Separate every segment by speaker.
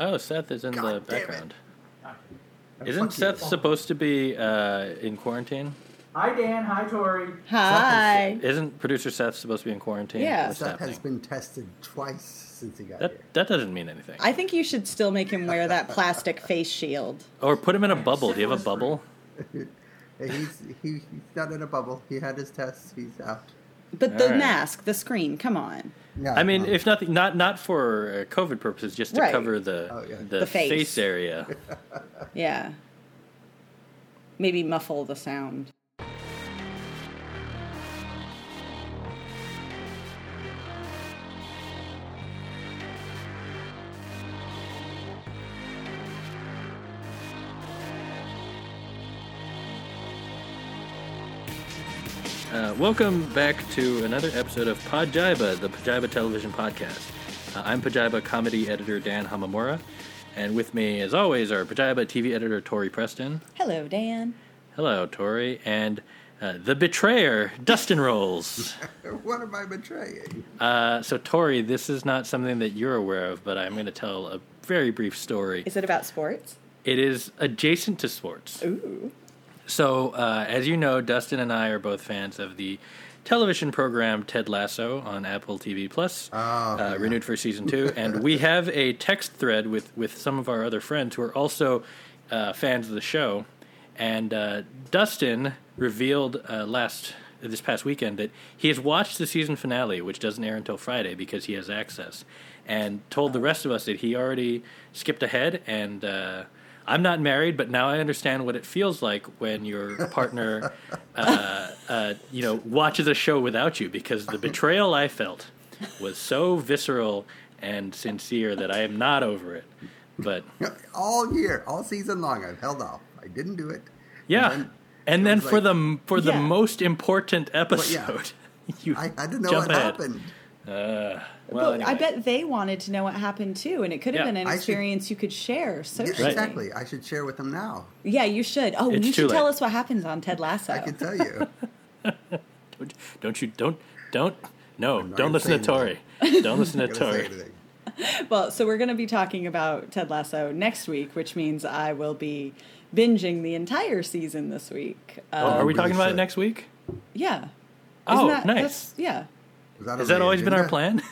Speaker 1: Oh, Seth is in
Speaker 2: God
Speaker 1: the
Speaker 2: damn it.
Speaker 1: background.
Speaker 3: Oh, Fuck you.
Speaker 1: Isn't Seth supposed to be uh, in quarantine?
Speaker 4: Hi, Dan. Hi, Tori.
Speaker 5: Hi.
Speaker 1: Isn't producer Seth supposed to be in quarantine?
Speaker 5: Yeah.
Speaker 1: What's
Speaker 3: Seth has
Speaker 1: happening?
Speaker 3: been tested twice since he got
Speaker 1: That
Speaker 3: here.
Speaker 1: that doesn't mean anything.
Speaker 5: I think you should still make him wear that plastic face shield.
Speaker 1: Or put him in a bubble. Do you have a bubble?
Speaker 3: Uh-huh. And He's he, he's not in a bubble. He had his tests. He's out.
Speaker 5: But the
Speaker 1: All right.
Speaker 5: mask, the screen, come on.
Speaker 3: No,
Speaker 1: I mean,
Speaker 3: um,
Speaker 1: if nothing, not not for uh, COVID purposes, just to
Speaker 5: Right.
Speaker 1: cover the
Speaker 3: Oh, yeah.
Speaker 1: the,
Speaker 5: The face.
Speaker 1: area.
Speaker 5: Yeah. Maybe muffle the sound.
Speaker 1: Uh, welcome back to another episode of Podjiba, the Pajiba Television Podcast. Uh, I'm Pajiba comedy editor Dan Hamamura, and with me, as always, are Pajiba TV editor Tori Preston.
Speaker 5: Hello, Dan.
Speaker 1: Hello, Tori, and uh, the betrayer Dustin Rolls.
Speaker 3: what am I betraying?
Speaker 1: Uh, so, Tori, this is not something that you're aware of, but I'm going to tell a very brief story.
Speaker 5: Is it about sports?
Speaker 1: It is adjacent to sports.
Speaker 5: Ooh.
Speaker 1: So, uh, as you know, Dustin and I are both fans of the television program Ted Lasso on Apple TV Plus, uh, renewed for season two. and we have a text thread with, with some of our other friends who are also uh, fans of the show. And uh, Dustin revealed uh, last this past weekend that he has watched the season finale, which doesn't air until Friday because he has access, and told the rest of us that he already skipped ahead and. Uh, I'm not married, but now I understand what it feels like when your partner, uh, uh, you know, watches a show without you because the betrayal I felt was so visceral and sincere that I am not over it. But
Speaker 3: All year, all season long, I've held off. I didn't do it.
Speaker 1: yeah,
Speaker 3: And
Speaker 1: and then
Speaker 3: was
Speaker 1: for
Speaker 3: like-
Speaker 1: the for the
Speaker 5: Yeah.
Speaker 1: most important episode, you
Speaker 3: I, I didn't know
Speaker 1: jump
Speaker 3: what
Speaker 1: ahead.
Speaker 3: happened.
Speaker 1: Well,
Speaker 5: but I
Speaker 1: anyway.
Speaker 5: bet they wanted to know what happened too, and it could have
Speaker 1: Yeah.
Speaker 5: been an
Speaker 3: I should-
Speaker 5: experience you could share
Speaker 3: Yeah,
Speaker 5: socially.
Speaker 3: Exactly. I should share with them now.
Speaker 5: Yeah, you should. Oh,
Speaker 1: It's
Speaker 5: you
Speaker 1: too
Speaker 5: should tell
Speaker 1: late.
Speaker 5: us what happens on Ted Lasso.
Speaker 3: I can tell you.
Speaker 1: Don't- Don't you don't don't no
Speaker 3: not
Speaker 1: don't
Speaker 3: gonna
Speaker 1: listen to
Speaker 3: say
Speaker 1: Tori.
Speaker 3: anything.
Speaker 1: Don't listen to
Speaker 3: I'm not gonna say
Speaker 1: Tori.
Speaker 3: anything.
Speaker 5: Well, so we're going to be talking about Ted Lasso next week, which means I will be binging the entire season this week.
Speaker 1: Oh,
Speaker 5: Uh,
Speaker 1: are we
Speaker 3: really
Speaker 1: talking about it
Speaker 3: should.
Speaker 1: next week?
Speaker 5: yeah.
Speaker 1: Oh,
Speaker 5: Isn't that-
Speaker 1: nice.
Speaker 5: that's- Yeah.
Speaker 3: Was that
Speaker 1: Has
Speaker 3: on
Speaker 1: that
Speaker 3: the
Speaker 1: always been our
Speaker 3: agenda?
Speaker 1: plan?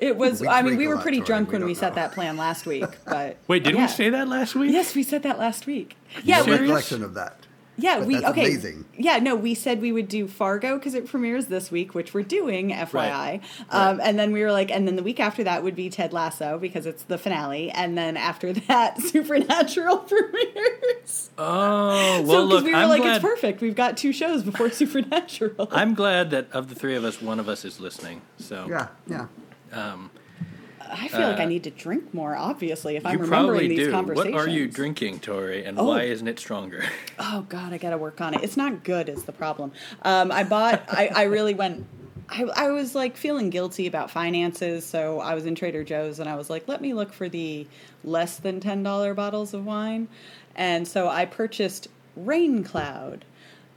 Speaker 5: It was.
Speaker 3: We
Speaker 5: I mean,
Speaker 3: drink
Speaker 5: we
Speaker 3: a
Speaker 5: were
Speaker 3: lot,
Speaker 5: pretty
Speaker 3: Tori.
Speaker 5: drunk
Speaker 3: We
Speaker 5: when
Speaker 3: don't
Speaker 5: we set
Speaker 3: know.
Speaker 5: that plan last week, but
Speaker 1: Wait, didn't
Speaker 5: yeah.
Speaker 1: we say that last week?
Speaker 5: Yes, we said that last week. Yeah,
Speaker 3: No
Speaker 1: serious?
Speaker 5: we,
Speaker 3: recollection of that.
Speaker 5: yeah,
Speaker 3: But
Speaker 5: we
Speaker 3: that's
Speaker 5: okay.
Speaker 3: amazing.
Speaker 5: Yeah, no, we said we would do Fargo because it premieres this week, which we're doing, FYI. Um, and then we were like, and then the week after that would be Ted Lasso because it's the finale, and then after that, Supernatural premieres.
Speaker 1: Oh well,
Speaker 5: so because
Speaker 1: look,
Speaker 5: we were
Speaker 1: I'm
Speaker 5: like,
Speaker 1: glad.
Speaker 5: it's perfect. We've got two shows before Supernatural.
Speaker 1: I'm glad that of the three of us, one of us is listening. So
Speaker 3: Yeah, yeah.
Speaker 5: I feel like I need to drink more. Obviously, if
Speaker 1: Uh,
Speaker 5: I'm
Speaker 1: you
Speaker 5: remembering
Speaker 1: probably
Speaker 5: these
Speaker 1: do. What
Speaker 5: conversations,
Speaker 1: are you drinking, Tori? And
Speaker 5: Oh.
Speaker 1: why isn't it stronger?
Speaker 5: Oh God, I gotta work on it. It's not good is the problem. Um, I bought. I, I really went. I, I was like feeling guilty about finances, so I was in Trader Joe's and I was like, let me look for the less than ten dollar bottles of wine, and so I purchased Rain Cloud,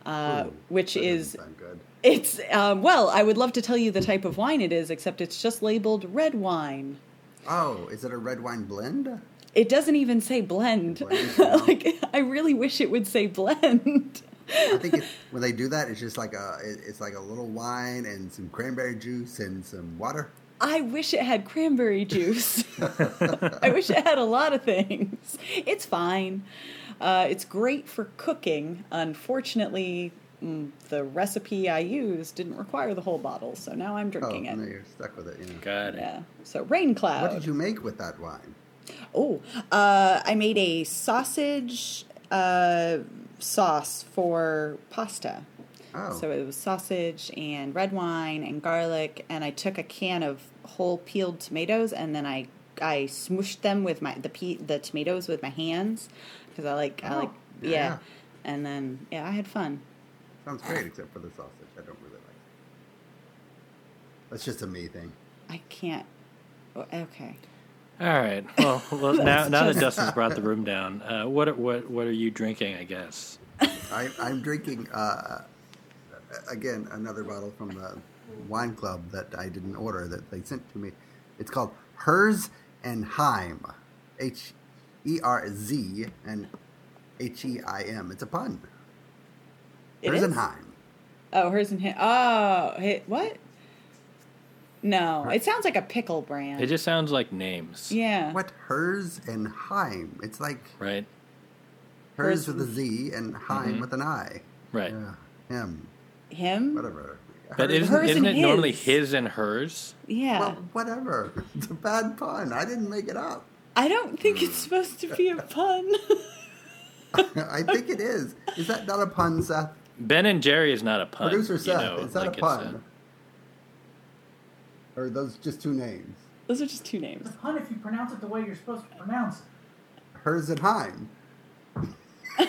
Speaker 5: uh, which
Speaker 3: That
Speaker 5: is
Speaker 3: doesn't sound good.
Speaker 5: it's um, well, I would love to tell you the type of wine it is, except it's just labeled red wine.
Speaker 3: Oh, is it a red wine blend?
Speaker 5: It doesn't even say blend.
Speaker 3: Blend, no.
Speaker 5: like I really wish it would say blend.
Speaker 3: I think it's, when they do that, it's just like a it- it's like a little wine and some cranberry juice and some water.
Speaker 5: I wish it had cranberry juice. I wish it had a lot of things. It's fine. Uh, it's great for cooking. Unfortunately, mm, the recipe I used didn't require the whole bottle, so now I'm
Speaker 3: Oh,
Speaker 5: drinking
Speaker 3: no,
Speaker 5: it.
Speaker 3: you're stuck with it. You know.
Speaker 1: Got it.
Speaker 5: Yeah. So rain
Speaker 3: What
Speaker 5: cloud.
Speaker 3: did you make with that wine?
Speaker 5: Oh, uh, I made a sausage uh, sauce for pasta.
Speaker 3: Oh.
Speaker 5: So it was sausage and red wine and garlic, and I took a can of whole peeled tomatoes, and then I I smooshed them with my the pe- the tomatoes with my hands because I like I
Speaker 3: Oh,
Speaker 5: like yeah.
Speaker 3: yeah.
Speaker 5: and then yeah, I had fun.
Speaker 3: Sounds great, except for the sausage. I don't really like. it. That's just a me thing.
Speaker 5: I can't. oh, Okay,
Speaker 1: All right. Well, well now, now that
Speaker 5: just-
Speaker 1: Dustin's brought the room down, uh, what are- what what are you drinking? I guess.
Speaker 3: I, I'm drinking uh, again another bottle from the wine club that I didn't order that they sent to me. It's called Hers and Heim. H E R Z and H E I M. It's a pun.
Speaker 5: It is?
Speaker 3: Herzenheim.
Speaker 5: Oh, hers and him. Oh, hey, what? No, it sounds like a pickle brand.
Speaker 1: It just sounds like names,
Speaker 5: yeah.
Speaker 3: What hers and Heim? It's like
Speaker 1: right?
Speaker 3: hers
Speaker 5: Herzen-
Speaker 3: with a Z and Heim with an I.
Speaker 1: Right.
Speaker 3: Yeah. Him.
Speaker 5: Him?
Speaker 3: Whatever.
Speaker 1: But
Speaker 3: Hers-
Speaker 1: isn't,
Speaker 5: Hers
Speaker 1: isn't it
Speaker 5: and
Speaker 1: normally
Speaker 5: his.
Speaker 1: his and hers?
Speaker 5: Yeah.
Speaker 3: Well, whatever. It's a bad pun. I didn't make it up.
Speaker 5: I don't think
Speaker 3: mm.
Speaker 5: it's supposed to be a pun.
Speaker 3: I think it is. Is that not a pun, Seth?
Speaker 1: Ben and Jerry is not a pun.
Speaker 3: Producer
Speaker 1: Uh, you
Speaker 3: Seth,
Speaker 1: know,
Speaker 3: is that
Speaker 1: like
Speaker 3: a
Speaker 1: it's
Speaker 3: pun? Or are those just two names?
Speaker 5: Those are just two names.
Speaker 4: It's a pun if you pronounce it the way you're supposed to pronounce it.
Speaker 3: Hers and Heim.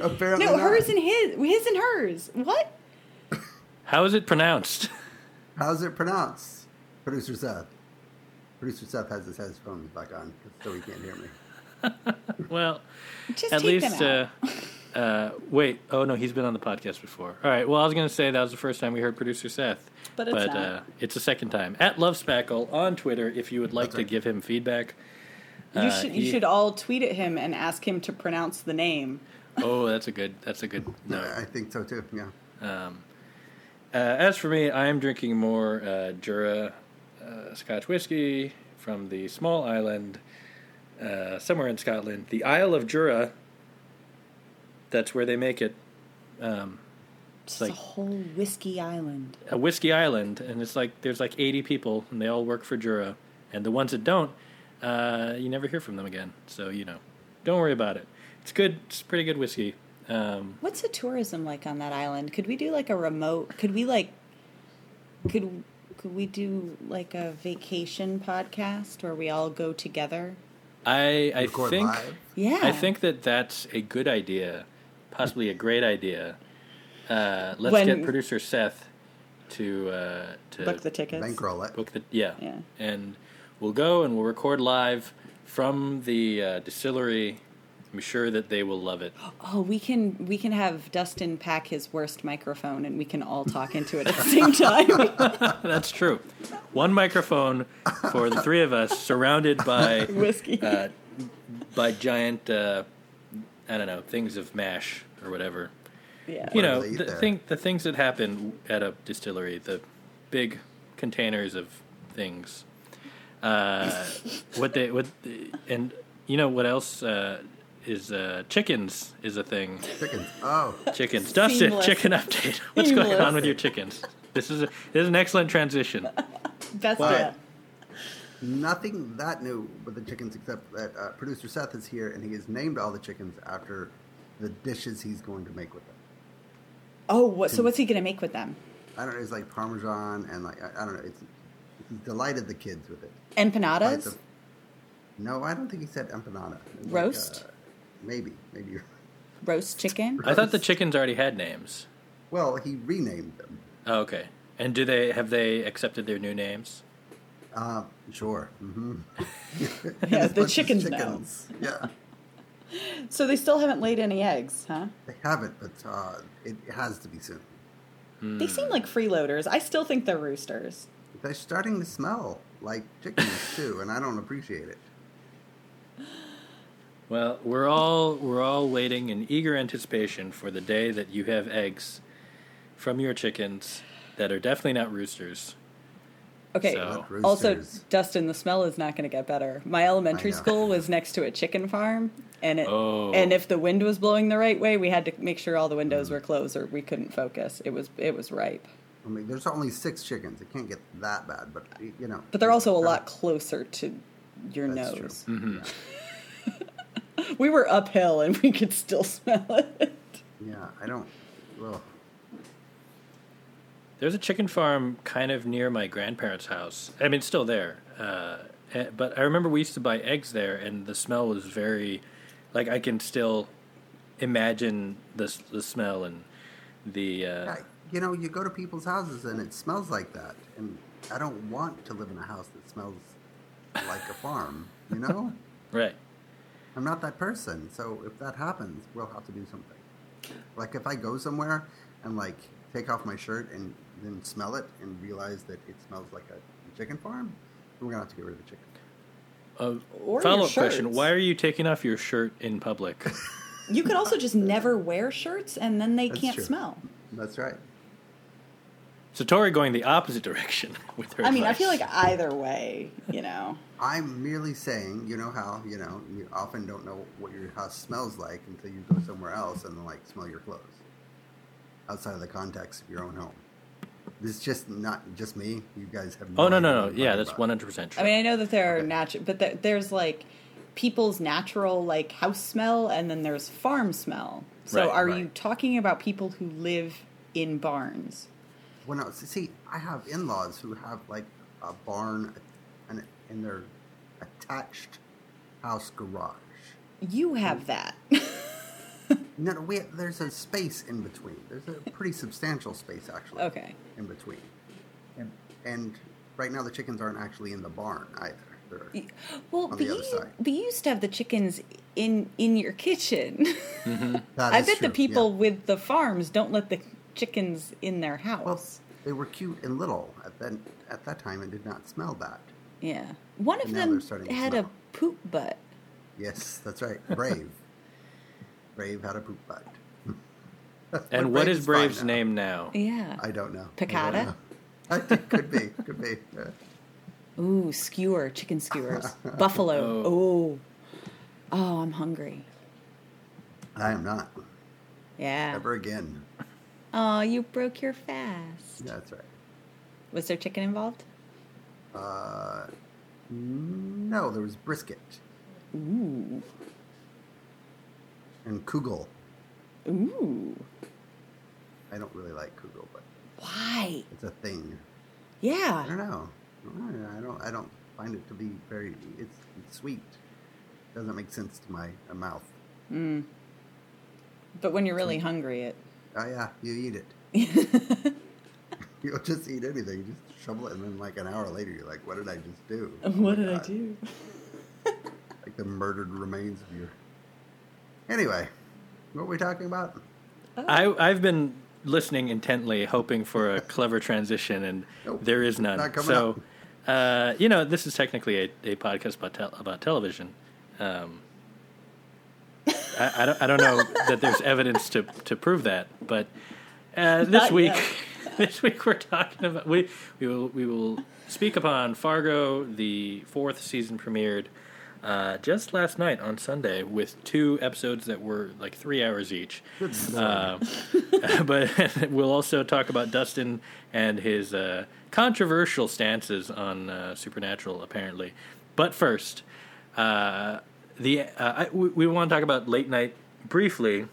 Speaker 3: Apparently
Speaker 5: No,
Speaker 3: not.
Speaker 5: hers and his. His and hers. What?
Speaker 1: How is it pronounced?
Speaker 3: How's it pronounced? Producer Seth. Producer Seth has his headphones back on, so he can't hear me.
Speaker 1: well,
Speaker 5: Just
Speaker 1: at
Speaker 5: take
Speaker 1: least.
Speaker 5: them out.
Speaker 1: Uh, uh, wait. Oh no, he's been on the podcast before. All right. Well, I was going to say that was the first time we heard producer Seth,
Speaker 5: But it's not.
Speaker 1: Uh, it's the second time at Love Spackle on Twitter. If you would like to
Speaker 3: right.
Speaker 1: give him feedback,
Speaker 5: you
Speaker 1: uh,
Speaker 5: should you
Speaker 1: he-
Speaker 5: should all tweet at him and ask him to pronounce the name.
Speaker 1: oh, that's a good. That's a good. No.
Speaker 3: I think so too. Yeah.
Speaker 1: Um, uh, as for me, I am drinking more uh, Jura uh, Scotch whiskey from the small island uh, somewhere in Scotland, the Isle of Jura. That's where they make it. Um,
Speaker 5: It's
Speaker 1: like-
Speaker 5: a whole whiskey island.
Speaker 1: a whiskey island, and it's like there's like 80 people, and they all work for Jura. And the ones that don't, uh, you never hear from them again. So you know, don't worry about it. It's good. It's pretty good whiskey. Um,
Speaker 5: What's the tourism like on that island? Could we do like a remote? Could we like? Could could we do like a vacation podcast where we all go together?
Speaker 1: I I
Speaker 3: Record
Speaker 1: think.
Speaker 3: live?
Speaker 5: Yeah,
Speaker 1: I think that that's a good idea, possibly a great idea. Uh, let's
Speaker 5: When-
Speaker 1: get producer Seth to uh, to
Speaker 5: book the tickets.
Speaker 3: Bankroll it.
Speaker 1: book the- yeah.
Speaker 5: Yeah.
Speaker 1: and we'll go and we'll record live from the uh, distillery. I'm sure that they will love it.
Speaker 5: Oh, we can we can have Dustin pack his worst microphone and we can all talk into it at the same time.
Speaker 1: that's true. One microphone for the three of us, surrounded by
Speaker 5: Whiskey.
Speaker 1: uh, by giant uh, I don't know things of mash or whatever.
Speaker 5: yeah.
Speaker 1: you
Speaker 3: Whatever
Speaker 1: know
Speaker 3: they eat
Speaker 1: the
Speaker 3: there.
Speaker 1: thing the things that happen at a distillery the big containers of things uh, what they what the- and you know what else uh, is uh, chickens is a thing
Speaker 3: Chickens. Oh,
Speaker 1: chickens dustin
Speaker 5: Seamless.
Speaker 1: chicken update what's going
Speaker 5: Seamless.
Speaker 1: on with your chickens this is a, this is an excellent transition
Speaker 5: Best
Speaker 3: Wow.
Speaker 5: yet.
Speaker 3: nothing that new with the chickens except that uh, producer Seth is here and he has named all the chickens after the dishes he's going to make with them.
Speaker 5: Oh, what, so what's he gonna make with them?
Speaker 3: I don't know. It's like Parmesan and like I, I don't know. It's he's delighted the kids with it. Despite
Speaker 5: Empanadas.
Speaker 3: the- no, I don't think he said empanada. It was like,
Speaker 5: Roast?
Speaker 3: uh, maybe, maybe. you're-
Speaker 5: roast chicken.
Speaker 1: i thought the chickens already had names
Speaker 3: Well, he renamed them.
Speaker 1: oh, okay and do they have they accepted their new names
Speaker 3: Uh, sure. hmm
Speaker 5: Yeah, the chickens, know.
Speaker 3: Yeah,
Speaker 5: So they still haven't laid any eggs, huh?
Speaker 3: they haven't, but uh, it has to be soon.
Speaker 5: They seem like freeloaders. I still think they're roosters.
Speaker 3: They're starting to smell like chickens too, and I don't appreciate it.
Speaker 1: Well, we're all we're all waiting in eager anticipation for the day that you have eggs from your chickens that are definitely not roosters.
Speaker 5: Okay.
Speaker 1: So-
Speaker 3: Not
Speaker 5: Also,
Speaker 3: roosters.
Speaker 5: Dustin, the smell is not going to get better. My elementary
Speaker 3: I know.
Speaker 5: school was next to a chicken farm, and it
Speaker 1: Oh.
Speaker 5: and if the wind was blowing the right way, we had to make sure all the windows were closed or we couldn't focus. It was it was ripe,
Speaker 3: I mean, there's only six chickens. It can't get that bad, but you know.
Speaker 5: but they're also a lot closer to your
Speaker 3: That's true.
Speaker 5: nose. We were uphill and we could still smell it.
Speaker 3: Yeah, I don't. Well,
Speaker 1: There's a chicken farm kind of near my grandparents' house. I mean, it's still there. Uh, eh, but I remember we used to buy eggs there, and the smell was very, like I can still imagine the s- the smell and the. Uh,
Speaker 3: yeah, you know, you go to people's houses and it smells like that, and I don't want to live in a house that smells like a farm. You know,
Speaker 1: right.
Speaker 3: I'm not that person. So if that happens, we'll have to do something. Like if I go somewhere and like take off my shirt and then smell it and realize that it smells like a chicken farm, we're gonna have to get rid of the chicken.
Speaker 1: a
Speaker 5: Or
Speaker 1: follow
Speaker 5: your
Speaker 1: up question.
Speaker 5: shirts.
Speaker 1: Why are you taking off your shirt in public?
Speaker 5: You could also just never wear shirts and then they
Speaker 3: That's
Speaker 5: can't
Speaker 3: true.
Speaker 5: smell.
Speaker 3: That's right.
Speaker 1: Satori going the opposite direction with her.
Speaker 5: I mean, I
Speaker 1: advice.
Speaker 5: feel like either way, you know.
Speaker 3: I'm merely saying, you know how, you know, you often don't know what your house smells like until you go somewhere else and like smell your clothes outside of the context of your own home. This is just not just me. You guys have.
Speaker 1: Oh no
Speaker 3: idea
Speaker 1: no
Speaker 3: what
Speaker 1: no!
Speaker 3: I'm
Speaker 1: Yeah,
Speaker 3: talking
Speaker 1: that's
Speaker 3: about.
Speaker 1: one hundred percent true.
Speaker 5: I mean, I know that there are natural, but there, there's like people's natural like house smell, and then there's farm smell. So,
Speaker 1: Right,
Speaker 5: are
Speaker 1: right.
Speaker 5: you talking about people who live in barns?
Speaker 3: Well, no, see, I have in-laws who have like a barn and in their attached house garage.
Speaker 5: You have that.
Speaker 3: No, no, we, there's a space in between. There's a pretty substantial space actually.
Speaker 5: okay.
Speaker 3: In between, and, and right now the chickens aren't actually in the barn either. They're,
Speaker 5: Well,
Speaker 3: On
Speaker 5: but
Speaker 3: the
Speaker 5: you,
Speaker 3: other side.
Speaker 5: but you used to have the chickens in in your kitchen.
Speaker 3: Mm-hmm. That
Speaker 5: I
Speaker 3: is
Speaker 5: bet the
Speaker 3: true,
Speaker 5: people
Speaker 3: yeah.
Speaker 5: with the farms don't let the chickens in their house.
Speaker 3: They were cute and little at that at that time and did not smell that.
Speaker 5: yeah. One of
Speaker 3: now
Speaker 5: them
Speaker 3: they're starting to
Speaker 5: had
Speaker 3: smell.
Speaker 5: a poop butt.
Speaker 3: Yes, that's right. Brave, Brave had a poop butt.
Speaker 1: and what is
Speaker 3: fine
Speaker 1: Brave's
Speaker 3: now.
Speaker 1: name now?
Speaker 5: Yeah.
Speaker 3: I don't know.
Speaker 5: Piccata?
Speaker 3: I don't know. could be, could be. Uh,
Speaker 5: Ooh, skewer, chicken skewers, buffalo. Oh. oh, I'm hungry.
Speaker 3: I am not
Speaker 5: Yeah.
Speaker 3: ever again.
Speaker 5: Oh, you broke your fast.
Speaker 3: That's right.
Speaker 5: Was there chicken involved?
Speaker 3: Uh, no, there was brisket
Speaker 5: Ooh,
Speaker 3: and kugel.
Speaker 5: ooh.
Speaker 3: I don't really like kugel, but
Speaker 5: Why?
Speaker 3: it's a thing. I
Speaker 5: Yeah.
Speaker 3: don't know. I don't. I don't find it to be very. It's, it's sweet. Doesn't make sense to my uh, mouth.
Speaker 5: Mm. But when you're really hungry, it.
Speaker 3: Oh yeah, you eat it. You'll just eat anything. You just shovel it, and then like an hour later, you're like, "What did I just do?
Speaker 5: what
Speaker 3: Oh my
Speaker 5: did I
Speaker 3: God.
Speaker 5: do?
Speaker 3: Like the murdered remains of your." Anyway, what were we talking about?
Speaker 1: I I've been listening intently, hoping for a clever transition, and
Speaker 3: Nope.
Speaker 1: there is none.
Speaker 3: Not coming
Speaker 1: so, uh, you know, this is technically a, a podcast about tel- about television. Um, I, I don't I don't know that there's evidence to to prove that, but uh, this
Speaker 5: Not
Speaker 1: week
Speaker 5: yet.
Speaker 1: this week we're talking about we we will we will speak upon Fargo. The fourth season premiered. Uh, just last night on Sunday, with two episodes that were like three hours each,
Speaker 3: Good lord.
Speaker 1: um, but we'll also talk about Dustin and his uh, controversial stances on uh, Supernatural, apparently. But first, uh, the uh, I, we, we want to talk about late night briefly,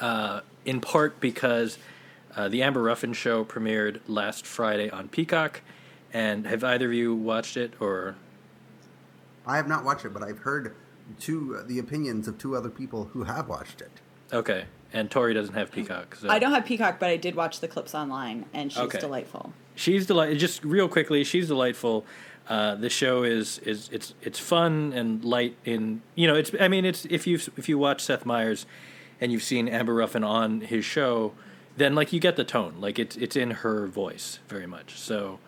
Speaker 1: uh, in part because uh, the Amber Ruffin show premiered last Friday on Peacock. And have either of you watched it or?
Speaker 3: I have not watched it, but I've heard two the opinions of two other people who have watched it.
Speaker 1: Okay, and Tori doesn't have Peacock. So.
Speaker 5: I don't have Peacock, but I did watch the clips online, and she's
Speaker 1: Okay.
Speaker 5: delightful.
Speaker 1: she's delightful. Just real quickly, she's delightful. Uh, the show is is it's it's fun and light. In you know, it's I mean, it's if you if you watch Seth Meyers and you've seen Amber Ruffin on his show, then like you get the tone. Like it's it's in her voice very much. So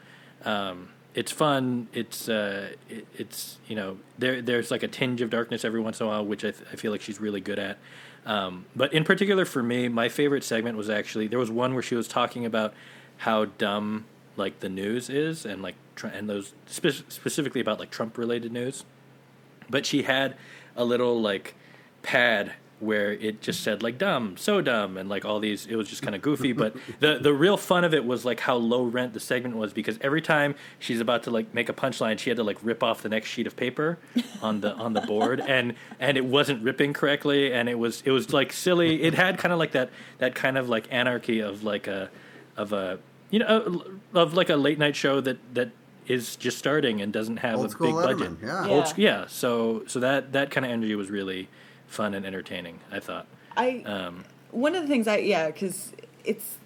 Speaker 1: um, it's fun. It's uh, it, it's you know there there's like a tinge of darkness every once in a while, which I, th- I feel like she's really good at. Um, but in particular for me, my favorite segment was actually there was one where she was talking about how dumb like the news is, and like tr- and those spe- specifically about like Trump related news but she had a little like pad where it just said like dumb so dumb and like all these it was just kind of goofy but the the real fun of it was like how low rent the segment was because every time she's about to like make a punchline she had to like rip off the next sheet of paper on the on the board and and it wasn't ripping correctly and it was it was like silly it had kind of like that that kind of like anarchy of like a of a you know of like a late night show that that is just starting and doesn't have
Speaker 3: Old
Speaker 1: a
Speaker 3: school
Speaker 1: big budget
Speaker 3: Letterman, yeah.
Speaker 5: Yeah.
Speaker 1: old sc- yeah so so that that kind of energy was really fun and entertaining i thought
Speaker 5: I
Speaker 1: um
Speaker 5: one of the things I yeah because it's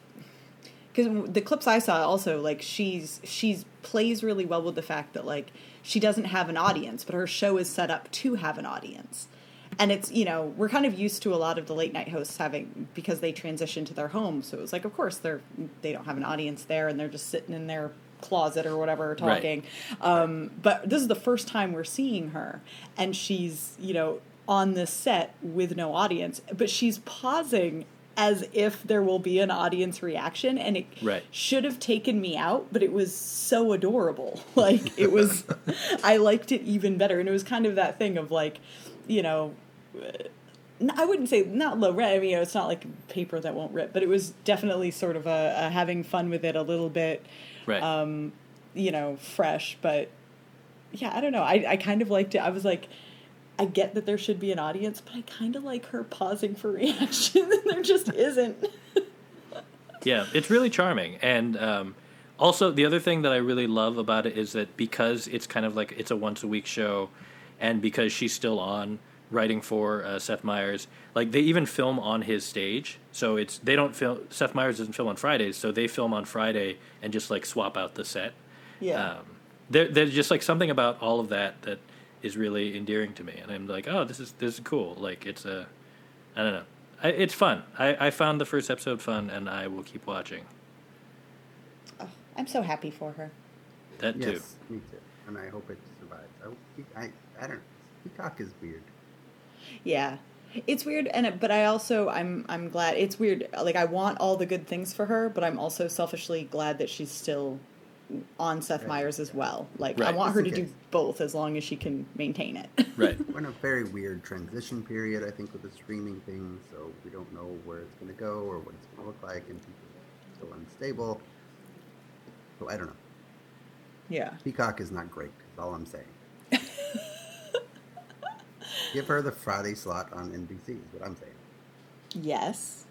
Speaker 5: because the clips I saw also like she's she's plays really well with the fact that like she doesn't have an audience but her show is set up to have an audience and it's you know we're kind of used to a lot of the late night hosts having because they transition to their home so it was like of course they're they don't have an audience there and they're just sitting in their closet or whatever
Speaker 1: Right.
Speaker 5: talking. Um, but this is the first time we're seeing her, and she's you know on this set with no audience, but she's pausing as if there will be an audience reaction, and it
Speaker 1: Right.
Speaker 5: should have taken me out, but it was so adorable. Like it was, I liked it even better, and it was kind of that thing of like, you know. n- I wouldn't say not low rent. I mean, you know, it's not like paper that won't rip, but it was definitely sort of a, a having fun with it a little bit,
Speaker 1: Right.
Speaker 5: um, you know, fresh. But yeah, I don't know. I, I kind of liked it. I was like, I get that there should be an audience, but I kind of like her pausing for reaction, and there just isn't.
Speaker 1: yeah, it's really charming. And um, also, the other thing that I really love about it is that because it's kind of like it's a once a week show, and because she's still on writing for uh, Seth Meyers, like they even film on his stage. So it's they don't film. Seth Meyers doesn't film on Fridays, so they film on Friday and just like swap out the set.
Speaker 5: Yeah.
Speaker 1: Um, there, there's just like something about all of that that is really endearing to me, and I'm like, oh, this is this is cool. Like it's a, I don't know, I, it's fun. I, I found the first episode fun, and I will keep watching
Speaker 5: Oh, I'm so happy for her.
Speaker 1: that too.
Speaker 3: Yes, me too. And I hope it survives. I, hope he- I, I don't know. Peacock is weird.
Speaker 5: Yeah. It's weird and it- but I also I'm I'm glad it's weird like I want all the good things for her but I'm also selfishly glad that she's still on Seth
Speaker 3: Right.
Speaker 5: Meyers as well. Like I
Speaker 1: Right.
Speaker 5: want her to
Speaker 3: It's okay.
Speaker 5: do both as long as she can maintain it.
Speaker 1: Right.
Speaker 3: We're in a very weird transition period, I think, with the streaming thing. So we don't know where it's going to go or what it's going to look like, and people are still unstable. So I don't know.
Speaker 5: yeah.
Speaker 3: Peacock is not great. Is all I'm saying. Give her the Friday slot on NBC. Is what I'm saying.
Speaker 5: Yes.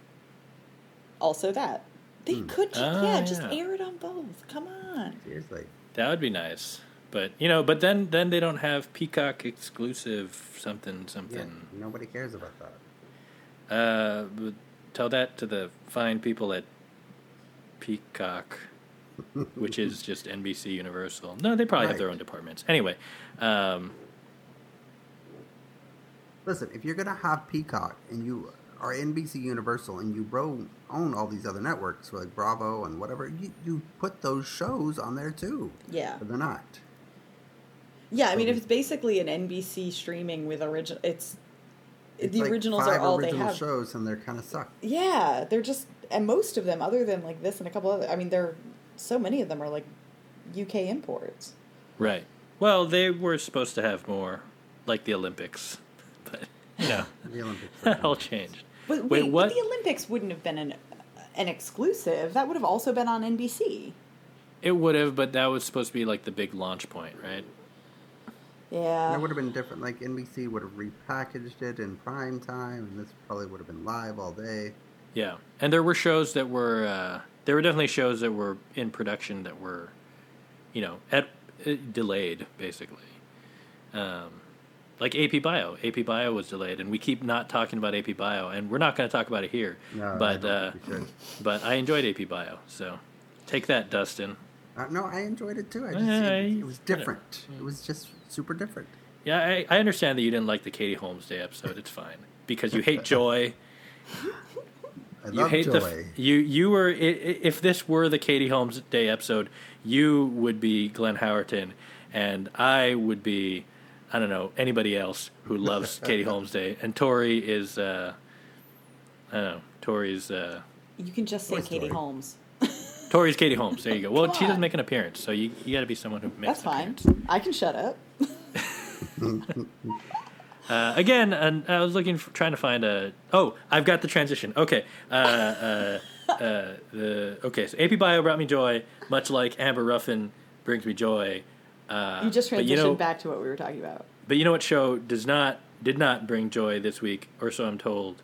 Speaker 5: Also that. They
Speaker 3: Hmm.
Speaker 5: could ju-
Speaker 1: Ah,
Speaker 5: yeah, just
Speaker 1: yeah.
Speaker 5: air it on both. Come on.
Speaker 3: Seriously.
Speaker 1: That would be nice, but you know, but then then they don't have Peacock exclusive something
Speaker 3: Yeah.
Speaker 1: something.
Speaker 3: Nobody cares about that.
Speaker 1: Uh, but tell that to the fine people at Peacock, which is just NBC Universal. No, they probably have their
Speaker 3: Right.
Speaker 1: own departments. Anyway, um,
Speaker 3: Listen, if you're going to have Peacock and you are NBC Universal and you bro- own all these other networks like Bravo and whatever, you, you put those shows on there too.
Speaker 5: Yeah.
Speaker 3: But they're not.
Speaker 5: Yeah, I mean
Speaker 3: Mhm.
Speaker 5: if it's basically an NBC streaming with original it's, the
Speaker 3: like
Speaker 5: originals
Speaker 3: five
Speaker 5: are all
Speaker 3: original
Speaker 5: they have.
Speaker 3: shows and they're kind of suck.
Speaker 5: Yeah, they're just and most of them, other than like this and a couple other. I mean, there so many of them are like UK imports.
Speaker 1: right. Well, they were supposed to have more, like the Olympics, but you know,
Speaker 3: The Olympics.
Speaker 1: that all
Speaker 3: are-
Speaker 1: changed.
Speaker 5: But wait,
Speaker 1: Wait, what?
Speaker 5: But the Olympics wouldn't have been an an exclusive. That would have also been on NBC.
Speaker 1: It would have, but that was supposed to be like the big launch point, right?
Speaker 5: Yeah,
Speaker 3: that would have been different. Like NBC would have repackaged it in prime time, and this probably would have been live all day.
Speaker 1: Yeah, and there were shows that were uh, there were definitely shows that were in production that were, you know, at uh, delayed basically. Um, like AP Bio, AP Bio was delayed, and we keep not talking about AP Bio, and we're not going to talk about it here.
Speaker 3: No, I
Speaker 1: but uh,
Speaker 3: don't think we should.
Speaker 1: but I enjoyed AP Bio, so take that, Dustin.
Speaker 3: Uh, no, I enjoyed it too. I just it,
Speaker 1: Hey,
Speaker 3: it was
Speaker 1: whatever.
Speaker 3: different. It was just super different.
Speaker 1: Yeah, I, I understand that you didn't like the Katie Holmes Day episode. It's fine because you hate Joy.
Speaker 3: I
Speaker 1: You
Speaker 3: love
Speaker 1: hate
Speaker 3: Joy.
Speaker 1: the f- you you were i- i- if this were the Katie Holmes Day episode, you would be Glenn Howerton, and I would be I don't know anybody else who loves Katie Holmes Day, and Tori is uh, I don't know Tori's uh,
Speaker 5: you can just say
Speaker 3: Toy Story.
Speaker 5: Katie Holmes.
Speaker 1: Tori's Katie Holmes. There you go. Well,
Speaker 5: Come
Speaker 1: she doesn't
Speaker 5: on.
Speaker 1: make an appearance, so you you got to be someone who makes
Speaker 5: That's
Speaker 1: an
Speaker 5: fine.
Speaker 1: appearance.
Speaker 5: I can shut up.
Speaker 1: Uh, again, and I was looking, for, trying to find a. Oh, I've got the transition. Okay, uh, uh, uh, the okay. So AP Bio brought me joy, much like Amber Ruffin brings me joy. Uh,
Speaker 5: you just
Speaker 1: but
Speaker 5: transitioned
Speaker 1: you know,
Speaker 5: back to what we were talking about.
Speaker 1: But you know what show does not did not bring joy this week, or so I'm told,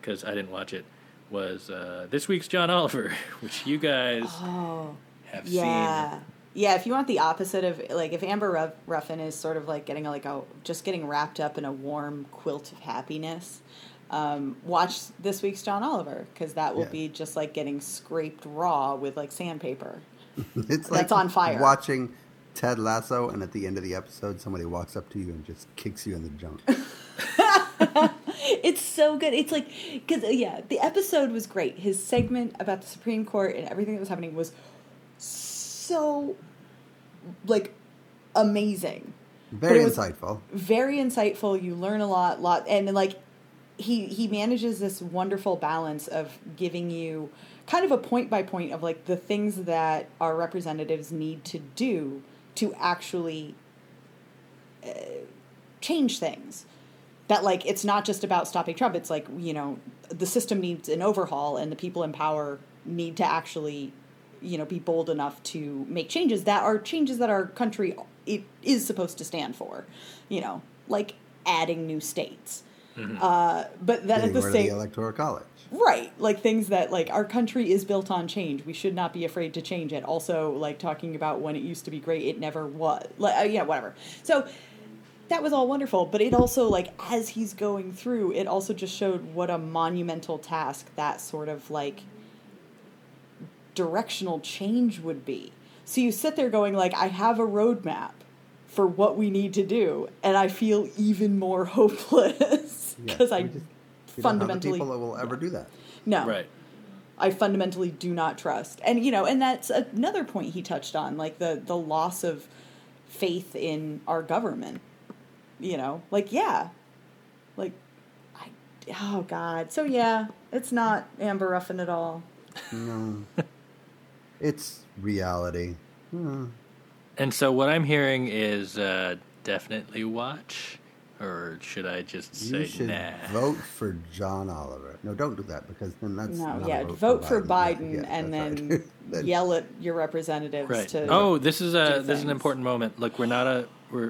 Speaker 1: because I didn't watch it. Was uh, this week's John Oliver, which you guys
Speaker 5: Oh,
Speaker 1: have
Speaker 5: yeah.
Speaker 1: seen.
Speaker 5: Yeah, if you want the opposite of like if Amber Ruff- Ruffin is sort of like getting like a just getting wrapped up in a warm quilt of happiness, um, watch this week's John Oliver because that will
Speaker 3: Yeah.
Speaker 5: be just like getting scraped raw with like sandpaper.
Speaker 3: It's like
Speaker 5: That's on fire.
Speaker 3: Watching Ted Lasso, and at the end of the episode, somebody walks up to you and just kicks you in the junk.
Speaker 5: It's so good. It's like because yeah, the episode was great. His segment about the Supreme Court and everything that was happening was so like amazing. But
Speaker 3: Very
Speaker 5: it was-
Speaker 3: insightful.
Speaker 5: very insightful. You learn a lot, lot, and like he he manages this wonderful balance of giving you kind of a point by point of like the things that our representatives need to do to actually uh, change things. That like it's not just about stopping Trump. It's like you know the system needs an overhaul, and the people in power need to actually you know be bold enough to make changes that are changes that our country it is supposed to stand for you know like adding new states uh, but then
Speaker 3: Getting
Speaker 5: at the
Speaker 3: rid of the
Speaker 5: same
Speaker 3: electoral college.
Speaker 5: right like things that like our country is built on change we should not be afraid to change it also like talking about when it used to be great it never was like uh, yeah whatever so that was all wonderful but it also like as he's going through it also just showed what a monumental task that sort of like directional change would be so you sit there going like i have a roadmap for what we need to do and i feel even more hopeless
Speaker 3: Yeah,
Speaker 5: because i
Speaker 3: we just- We don't have the
Speaker 5: fundamentally
Speaker 3: people that will ever do that.
Speaker 5: no
Speaker 1: Right.
Speaker 5: I fundamentally do not trust. And you know, and that's another point he touched on, like the the loss of faith in our government. You know, like yeah, like I oh god. So yeah, it's not Amber Ruffin at all.
Speaker 3: No. it's reality. Hmm.
Speaker 1: And so what I'm hearing is uh, definitely watch, or should I just
Speaker 3: You
Speaker 1: say
Speaker 3: should
Speaker 1: nah?
Speaker 3: vote for John Oliver. No, don't do that because then that's
Speaker 5: No,
Speaker 3: not a
Speaker 5: yeah,
Speaker 3: vote,
Speaker 5: vote for Biden,
Speaker 3: Yeah,
Speaker 5: and
Speaker 3: that's
Speaker 5: then
Speaker 3: right. That's-
Speaker 5: yell at your representatives
Speaker 1: Right.
Speaker 5: to
Speaker 1: oh, this is a this
Speaker 5: do
Speaker 1: is an
Speaker 5: things.
Speaker 1: important moment. Look, we're not a we're.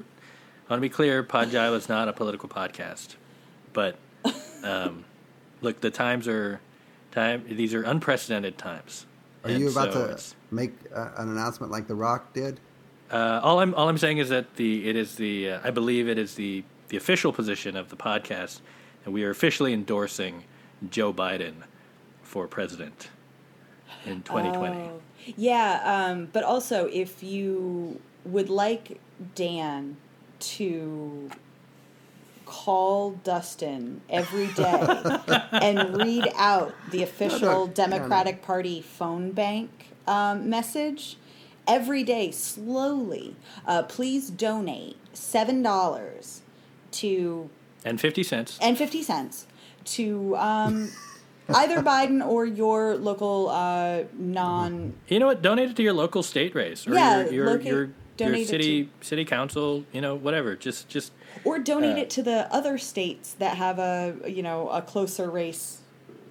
Speaker 1: I want to be clear. Pod Jive is not a political podcast, but um, look, the times are time. These are unprecedented times.
Speaker 3: Are
Speaker 1: And
Speaker 3: you about
Speaker 1: so
Speaker 3: to
Speaker 1: it's-
Speaker 3: make uh, an announcement like The Rock did?
Speaker 1: Uh, all I'm all I'm saying is that the it is the uh, I believe it is the the official position of the podcast, and we are officially endorsing Joe Biden for president in 2020.
Speaker 5: Oh. Yeah, um, but also if you would like Dan to call Dustin every day and read out the
Speaker 3: no,
Speaker 5: official Democratic Party phone bank um, message every day slowly, uh, please donate seven dollars to
Speaker 1: And 50 cents.
Speaker 5: and 50 cents to um, either Biden or your local uh, non
Speaker 1: You know what? Donate it to your local state race or
Speaker 5: Yeah,
Speaker 1: your your
Speaker 5: locate-
Speaker 1: your, your
Speaker 5: donate it
Speaker 1: city city council. You know, whatever. Just just
Speaker 5: or donate
Speaker 1: Uh,
Speaker 5: it to the other states that have a you know a closer race.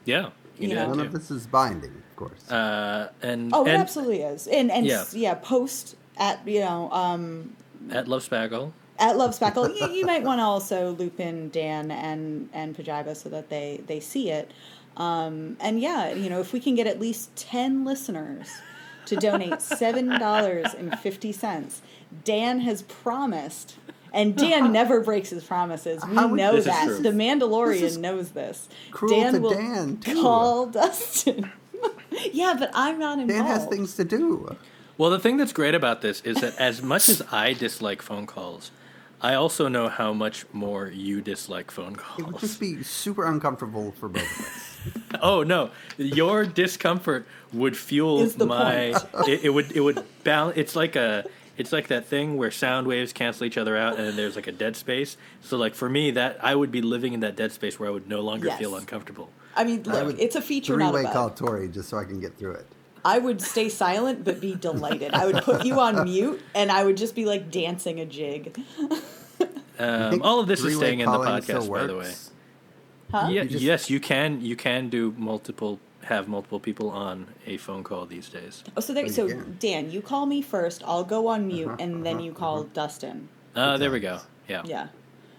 Speaker 1: yeah, you
Speaker 5: You
Speaker 1: can
Speaker 5: know.
Speaker 1: do
Speaker 3: None of
Speaker 1: that too.
Speaker 3: this is binding, of course.
Speaker 1: Uh, and
Speaker 5: Oh, it
Speaker 1: and
Speaker 5: absolutely is, and and
Speaker 1: Yeah.
Speaker 5: yeah, post at you know um,
Speaker 1: at Love Spackle.
Speaker 5: at Love Spackle. you, you might want to also loop in Dan and and Pajiba so that they they see it. Um, and yeah, you know if we can get at least ten listeners to donate seven dollars and fifty cents, Dan has promised. And Dan never breaks his promises. We
Speaker 3: How would-
Speaker 5: know
Speaker 1: This is
Speaker 5: that.
Speaker 1: true.
Speaker 5: The Mandalorian
Speaker 3: This is
Speaker 5: knows this.
Speaker 3: cruel to Dan, too.
Speaker 5: call Dustin. yeah, but I'm not involved.
Speaker 3: Dan has things to do.
Speaker 1: Well, the thing that's great about this is that as much as I dislike phone calls, I also know how much more you dislike phone
Speaker 3: It would
Speaker 1: calls.
Speaker 3: just be super uncomfortable for both of us.
Speaker 1: Oh no, your discomfort would fuel
Speaker 5: Is the
Speaker 1: my. It, it would it would balance. It's like a it's like that thing where sound waves cancel each other out, and then there's like a dead space. So like for me, that I would be living in that dead space where I would no longer
Speaker 5: Yes.
Speaker 1: feel uncomfortable.
Speaker 5: I mean,
Speaker 3: I
Speaker 5: look,
Speaker 3: would
Speaker 5: it's a feature, not a
Speaker 3: Three-way
Speaker 5: bug.
Speaker 3: call Tori just so I can get through it.
Speaker 5: I would stay silent but be delighted. I would put you on mute and I would just be like dancing a jig.
Speaker 1: Um,
Speaker 3: think
Speaker 1: all of this is
Speaker 3: three-way
Speaker 1: staying in the
Speaker 3: calling still
Speaker 1: podcast, by the way.
Speaker 3: works?
Speaker 5: Huh?
Speaker 1: Yeah,
Speaker 3: You just-
Speaker 1: yes, you can. You can do multiple. Have multiple people on a phone call these days.
Speaker 5: Oh, so there.
Speaker 3: you
Speaker 5: So
Speaker 3: can.
Speaker 5: Dan, you call me first. I'll go on mute
Speaker 3: Uh-huh,
Speaker 5: and then
Speaker 3: uh-huh,
Speaker 5: you call Dustin.
Speaker 1: Uh, there we go. Yeah.
Speaker 5: Yeah.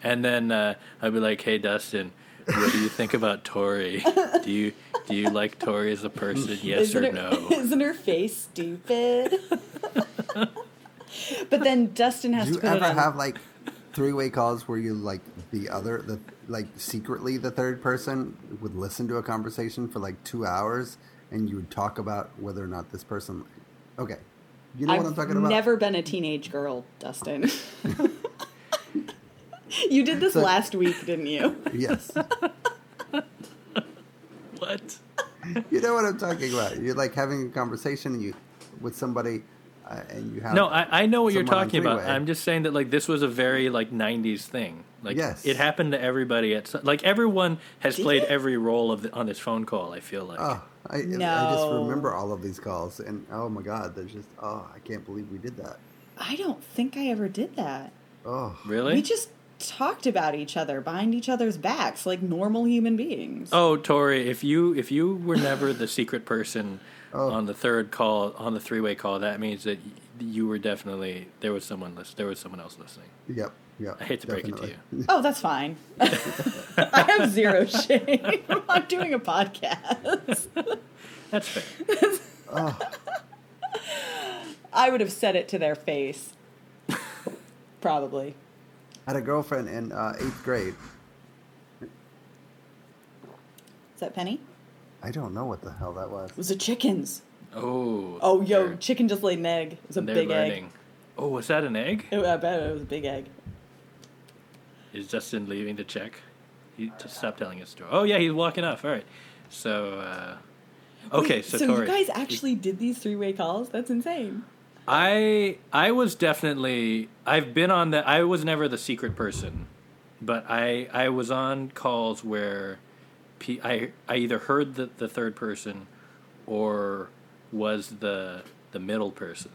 Speaker 1: And then uh, I'd be like, "Hey, Dustin, what do you think about Tori? Do you do you like Tori as a person? Yes
Speaker 5: isn't
Speaker 1: or
Speaker 5: her,
Speaker 1: no?"
Speaker 5: Isn't her face stupid? but then Dustin has
Speaker 3: Do you
Speaker 5: to put it
Speaker 3: ever
Speaker 5: on.
Speaker 3: have like three-way calls where you like the other, the like secretly the third person would listen to a conversation for like two hours, and you would talk about whether or not this person. Okay, you know
Speaker 5: I've
Speaker 3: what I'm talking about.
Speaker 5: never been a teenage girl, Dustin. you did this
Speaker 3: So-
Speaker 5: last week, didn't you?
Speaker 3: Yes,
Speaker 1: What?
Speaker 3: you know what I'm talking about. You're like having a conversation and you with somebody. uh, and you have
Speaker 1: No, I, I know what you're
Speaker 3: someone on
Speaker 1: talking about.
Speaker 3: three-way.
Speaker 1: I'm just saying that like this was a very like '90s thing. Like
Speaker 3: Yes.
Speaker 1: it happened to everybody at some- like everyone has
Speaker 5: Did
Speaker 1: played
Speaker 5: it?
Speaker 1: every role of the, on this phone call. I feel like
Speaker 3: Oh, I, I- I just
Speaker 5: No.
Speaker 3: remember all of these calls, and oh my god, there's just oh, I can't believe we did that.
Speaker 5: I don't think I ever did that.
Speaker 3: Oh,
Speaker 1: really.
Speaker 5: We just talked about each other behind each other's backs like normal human beings.
Speaker 1: oh, Tori, if you if you were never the secret person
Speaker 3: Oh.
Speaker 1: on the third call on the three way call, that means that y- you were definitely there was someone list there was someone else listening.
Speaker 3: yep, yep.
Speaker 1: I hate to break it to
Speaker 3: you.
Speaker 5: Oh, that's fine. I have zero shame. I'm doing a podcast.
Speaker 1: That's fair.
Speaker 3: oh,
Speaker 5: I would have said it to their face. Probably.
Speaker 3: I had a girlfriend in uh, eighth grade.
Speaker 5: Is that Penny?
Speaker 3: I don't know what the hell that was.
Speaker 5: It was a chickens.
Speaker 1: Oh,
Speaker 5: Oh, yo,
Speaker 1: they're-
Speaker 5: chicken just laid an egg. It was a
Speaker 1: they're
Speaker 5: big
Speaker 1: learning. Oh, was that an egg?
Speaker 5: egg. It, I bet it was a big egg.
Speaker 1: Is Justin leaving to check? He t- stop telling his story. Oh yeah, he's walking off. All right. So uh, okay,
Speaker 5: Wait,
Speaker 1: so,
Speaker 5: so
Speaker 1: Tori,
Speaker 5: you guys actually did these three-way calls? That's insane.
Speaker 1: I I was definitely I've been on the I was never the secret person, but I I was on calls where pe- I I either heard the, the third person or was the the middle person.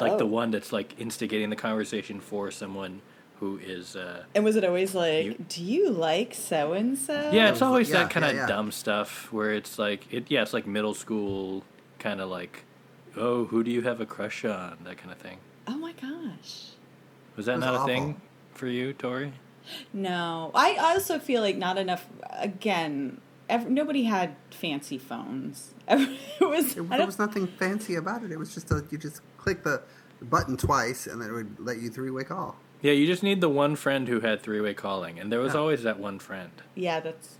Speaker 1: Like the
Speaker 5: Oh.
Speaker 1: one that's like instigating the conversation for someone who is uh,
Speaker 5: And was it always like,
Speaker 1: You-
Speaker 5: do you like so and so?
Speaker 1: Yeah,
Speaker 3: That
Speaker 1: it's
Speaker 3: was-
Speaker 1: always
Speaker 3: Oh, yeah,
Speaker 1: that kind of
Speaker 3: yeah, yeah.
Speaker 1: dumb stuff where it's like it. Yeah, it's like middle school kind of like, oh, who do you have a crush on? That kind of thing.
Speaker 5: Oh my gosh.
Speaker 1: Was that
Speaker 3: was
Speaker 1: not a
Speaker 3: awful.
Speaker 1: thing for you, Tori?
Speaker 5: No, I also feel like not enough. Again, ev nobody had fancy phones. it was.
Speaker 3: It,
Speaker 5: I
Speaker 3: there
Speaker 5: don't-
Speaker 3: was nothing fancy about it. It was just a, you just click the button twice, and then it would let you three way call.
Speaker 1: Yeah, you just need the one friend who had three way calling, and there was always that one friend.
Speaker 5: yeah, that's.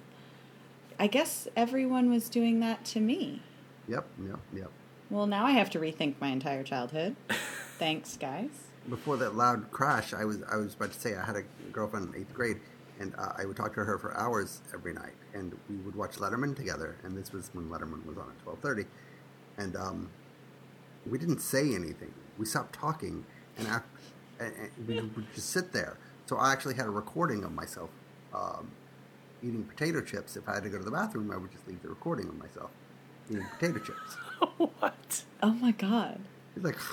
Speaker 5: I guess everyone was doing that to me.
Speaker 3: Yep, yep, yep.
Speaker 5: Well, now I have to rethink my entire childhood. Thanks, guys.
Speaker 3: Before that loud crash, I was I was about to say I had a girlfriend in eighth grade, and uh, I would talk to her for hours every night, and we would watch Letterman together. And this was when Letterman was on at twelve thirty, and um, we didn't say anything. We stopped talking, and, I, and, and we would just sit there. So I actually had a recording of myself um, eating potato chips. If I had to go to the bathroom, I would just leave the recording of myself eating potato chips.
Speaker 1: what?
Speaker 5: Oh my god.
Speaker 3: It's like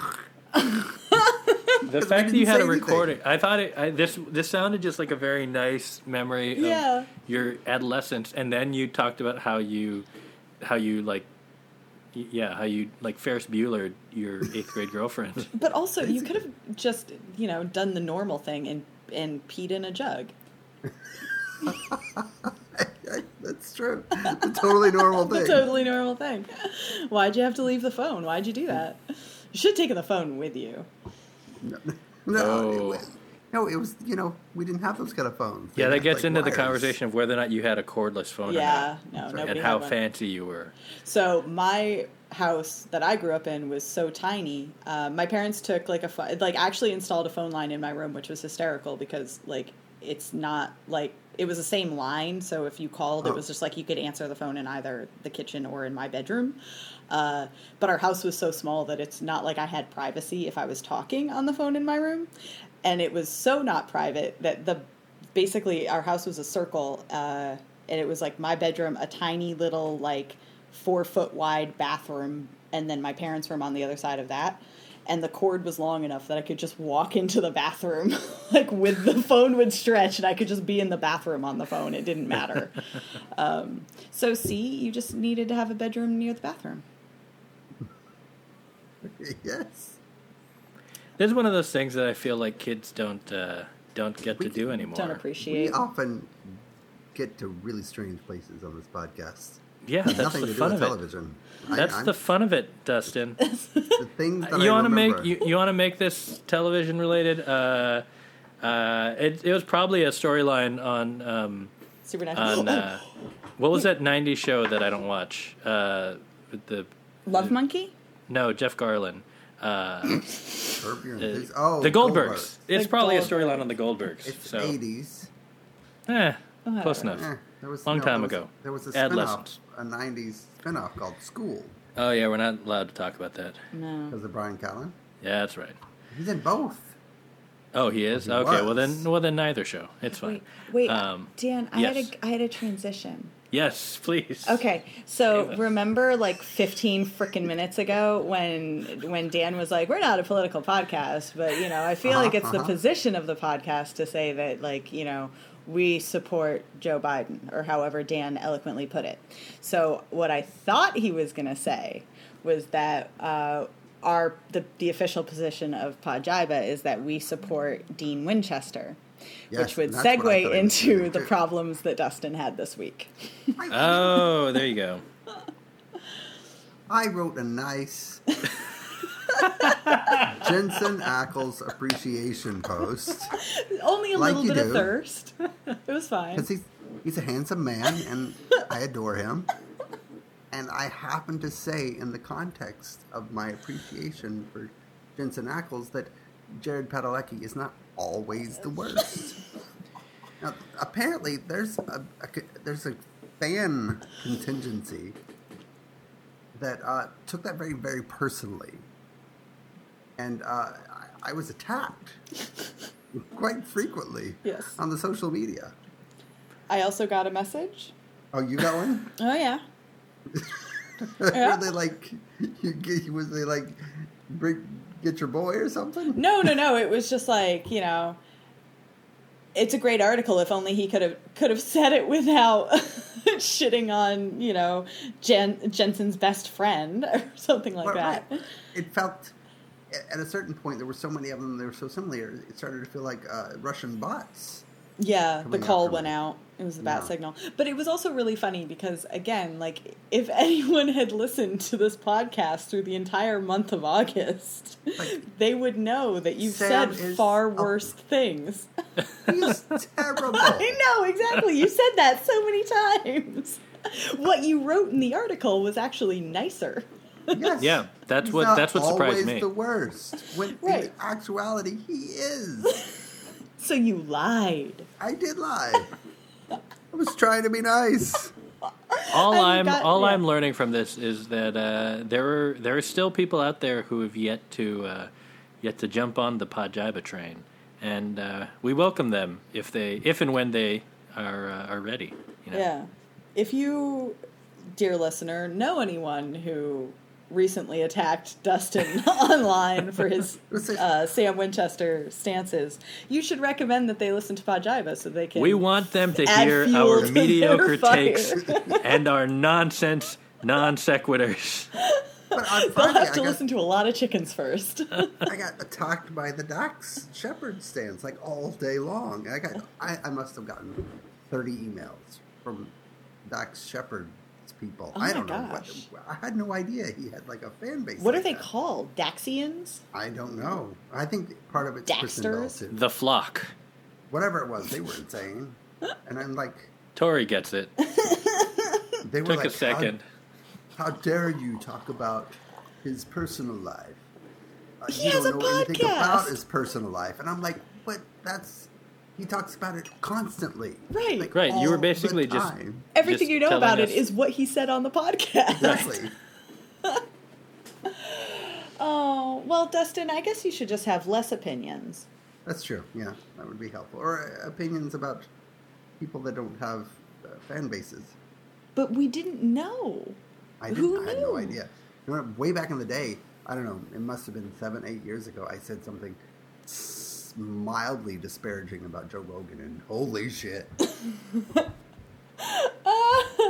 Speaker 1: The
Speaker 3: we
Speaker 1: fact that you had
Speaker 3: didn't say
Speaker 1: a
Speaker 3: anything.
Speaker 1: recording, I thought it. I, this this sounded just like a very nice memory of
Speaker 5: Yeah.
Speaker 1: your adolescence, and then you talked about how you, how you like, y- yeah, how you like Ferris Bueller, your eighth grade girlfriend.
Speaker 5: But also, you could have just you know done the normal thing and and peed in a jug.
Speaker 3: that's true. It's a totally normal
Speaker 5: The
Speaker 3: thing.
Speaker 5: totally normal thing. Why'd you have to leave the phone? Why'd you do that? You should take the phone with you.
Speaker 3: No,
Speaker 1: Oh.
Speaker 3: it was, no, it was you know we didn't have those kind of phones.
Speaker 1: Yeah, that
Speaker 3: They had,
Speaker 1: gets
Speaker 3: like,
Speaker 1: into
Speaker 3: wires.
Speaker 1: the conversation of whether or not you had a cordless phone
Speaker 5: Yeah, no,
Speaker 1: or not,
Speaker 5: nobody
Speaker 1: and
Speaker 5: had
Speaker 1: how
Speaker 5: one.
Speaker 1: fancy you were.
Speaker 5: So my house that I grew up in was so tiny. Uh, my parents took like a pho- like actually installed a phone line in my room, which was hysterical because like it's not like it was the same line. So if you called, it
Speaker 3: Oh.
Speaker 5: was just like you could answer the phone in either the kitchen or in my bedroom. Uh, but our house was so small that it's not like I had privacy if I was talking on the phone in my room, and it was so not private that the basically our house was a circle uh, and it was like my bedroom a tiny little like four foot wide bathroom and then my parents room on the other side of that and the cord was long enough that i could just walk into the bathroom like with the phone would stretch and i could just be in the bathroom on the phone it didn't matter um, so see you just needed to have a bedroom near the bathroom
Speaker 3: yes,
Speaker 1: This is one of those things that I feel like kids don't uh, don't get to do anymore.
Speaker 5: don't
Speaker 3: we
Speaker 5: appreciate
Speaker 3: often get to really strange places on this podcast.
Speaker 1: Yeah, that's
Speaker 3: Nothing
Speaker 1: the
Speaker 3: to do
Speaker 1: fun
Speaker 3: with
Speaker 1: of it.
Speaker 3: television.
Speaker 1: That's
Speaker 3: I,
Speaker 1: the fun of it, Dustin.
Speaker 3: the thing that
Speaker 1: you
Speaker 3: I
Speaker 1: want to
Speaker 3: remember.
Speaker 1: make you, you want to make this television related. Uh, uh, it, it was probably a storyline on um,
Speaker 5: supernatural
Speaker 1: on uh, what was that '90s show that I don't watch? Uh, with the
Speaker 5: love monkey
Speaker 1: no Jeff Garland, uh,
Speaker 3: Curb your
Speaker 1: the,
Speaker 3: enthusi- oh,
Speaker 1: the Goldbergs. It's
Speaker 5: The
Speaker 1: probably a
Speaker 5: Goldbergs.
Speaker 1: storyline on the Goldbergs.
Speaker 3: It's
Speaker 1: so
Speaker 3: eighties.
Speaker 1: eh,
Speaker 5: Whatever.
Speaker 1: close enough.
Speaker 3: Eh, there was
Speaker 1: Long
Speaker 3: no,
Speaker 1: time
Speaker 3: there was-
Speaker 1: ago.
Speaker 3: There was a
Speaker 1: Adolescence.
Speaker 3: spin-off, a nineties spin-off called School
Speaker 1: Oh yeah, we're not allowed to talk about that.
Speaker 5: no
Speaker 3: because of Brian Callen.
Speaker 1: Yeah, that's right.
Speaker 3: He's in both.
Speaker 1: Oh, he is.
Speaker 3: He
Speaker 1: okay, well
Speaker 3: was.
Speaker 1: then, well then, neither show. It's fine.
Speaker 5: Wait, wait
Speaker 1: Um,
Speaker 5: Dan, I
Speaker 1: yes.
Speaker 5: had a I had a transition.
Speaker 1: yes, please.
Speaker 5: Okay, so
Speaker 1: Save us.
Speaker 5: remember like 15 freaking minutes ago when when Dan was like, "We're not a political podcast," but you know, I feel
Speaker 3: Uh-huh,
Speaker 5: like it's the
Speaker 3: uh-huh.
Speaker 5: position of the podcast to say that like you know we support Joe Biden or however Dan eloquently put it. So what I thought he was gonna say was that. Uh, our the, the official position of Podjiba is that we support Dean Winchester,
Speaker 3: Yes,
Speaker 5: which would
Speaker 3: and that's what I
Speaker 5: segue
Speaker 3: thought he was gonna
Speaker 5: into the
Speaker 3: do.
Speaker 5: problems that Dustin had this week.
Speaker 1: Oh, there you go.
Speaker 3: I wrote a nice Jensen Ackles appreciation post
Speaker 5: Only a
Speaker 3: Like
Speaker 5: little
Speaker 3: you
Speaker 5: bit of
Speaker 3: do.
Speaker 5: thirst. It was fine.
Speaker 3: because he's he's a handsome man and I adore him. And I happen to say in the context of my appreciation for Jensen Ackles that Jared Padalecki is not always the worst. Now, apparently, there's a, a c- there's a fan contingency that uh, took that very very personally, and uh, I, I was attacked quite frequently
Speaker 5: Yes.
Speaker 3: on the social media.
Speaker 6: I also got a message.
Speaker 3: Oh, you got one?
Speaker 5: Oh yeah.
Speaker 3: Were they like you get? Was they like bring, get your boy or something?
Speaker 5: No, no, no. It was just like you know. It's a great article. If only he could have could have said it without shitting on you know Jen, Jensen's best friend or something like
Speaker 3: Right,
Speaker 5: that.
Speaker 3: right. It felt at a certain point there were so many of them. They were so similar. It started to feel like uh, Russian bots.
Speaker 5: Yeah,
Speaker 3: Coming
Speaker 5: the
Speaker 3: out
Speaker 5: call
Speaker 3: from
Speaker 5: went
Speaker 3: it.
Speaker 5: out. It was the bat
Speaker 3: Yeah.
Speaker 5: signal. But it was also really funny because, again, like, if anyone had listened to this podcast through the entire month of August,
Speaker 3: Like,
Speaker 5: they would know that you've
Speaker 3: Sam
Speaker 5: said
Speaker 3: is
Speaker 5: far
Speaker 3: a-
Speaker 5: worse things.
Speaker 3: He's terrible.
Speaker 5: I know, exactly. You said that so many times. What you wrote in the article was actually nicer.
Speaker 3: Yes.
Speaker 1: Yeah, that's
Speaker 3: He's
Speaker 1: what-
Speaker 3: not
Speaker 1: that's what surprised
Speaker 3: always
Speaker 1: me.
Speaker 3: The worst. When
Speaker 5: Right.
Speaker 3: in actuality, he is.
Speaker 5: So you lied.
Speaker 3: I did lie. I was trying to be nice.
Speaker 1: All
Speaker 5: I've
Speaker 1: I'm
Speaker 5: got-
Speaker 1: all
Speaker 5: yeah.
Speaker 1: I'm learning from this is that uh, there are there are still people out there who have yet to uh, yet to jump on the Pajiba train, and uh, we welcome them if they if and when they are uh, are ready. You know?
Speaker 5: Yeah. If you, dear listener, know anyone who recently attacked Dustin online for his
Speaker 3: Let's say-
Speaker 5: uh, Sam Winchester stances, you should recommend that they listen to Pajiba so they can.
Speaker 1: We want them to
Speaker 5: Add
Speaker 1: hear
Speaker 5: fuel
Speaker 1: our
Speaker 5: to
Speaker 1: mediocre
Speaker 5: their fire.
Speaker 1: takes and our nonsense non sequiturs.
Speaker 3: But on
Speaker 5: They'll
Speaker 3: Friday, I
Speaker 5: have to
Speaker 3: got-
Speaker 5: listen to a lot of chickens first.
Speaker 3: I got attacked by the Dax Shepherd stands like all day long. I got I, I must have gotten thirty emails from Dax Shepherd's people.
Speaker 5: Oh
Speaker 3: I
Speaker 5: my
Speaker 3: don't
Speaker 5: gosh.
Speaker 3: know what I had no idea he had like a fan base.
Speaker 5: what are
Speaker 3: like
Speaker 5: they
Speaker 3: that.
Speaker 5: called? Daxians?
Speaker 3: I don't know. I think part of it's Kristen Bell,
Speaker 5: Daxters?
Speaker 3: too.
Speaker 1: The flock.
Speaker 3: Whatever it was, they were insane. And I'm like
Speaker 1: Tori gets it.
Speaker 3: they were
Speaker 1: Took
Speaker 3: like
Speaker 1: a second.
Speaker 3: How, how dare you talk about his personal life? Uh,
Speaker 5: He
Speaker 3: you
Speaker 5: has
Speaker 3: don't
Speaker 5: a
Speaker 3: know anything about
Speaker 5: podcast.
Speaker 3: his personal life, and I'm like, but that's he talks about it constantly.
Speaker 5: Right.
Speaker 3: like,
Speaker 1: Right, you
Speaker 3: all
Speaker 1: were
Speaker 3: the
Speaker 1: basically just-
Speaker 3: time.
Speaker 5: Everything
Speaker 1: Just
Speaker 5: you know
Speaker 1: telling
Speaker 5: about
Speaker 1: us-
Speaker 5: it is what he said on the podcast.
Speaker 3: exactly.
Speaker 5: Oh, well, Dustin, I guess you should just have less opinions.
Speaker 3: That's true. Yeah, that would be helpful. Or uh, opinions about people that don't have uh, fan bases.
Speaker 5: But we didn't know.
Speaker 3: I,
Speaker 5: Who
Speaker 3: didn't, I had no
Speaker 5: knew?
Speaker 3: idea. You know, way back in the day, I don't know, it must have been seven, eight years ago, I said something s- mildly disparaging about Joe Rogan, and holy shit,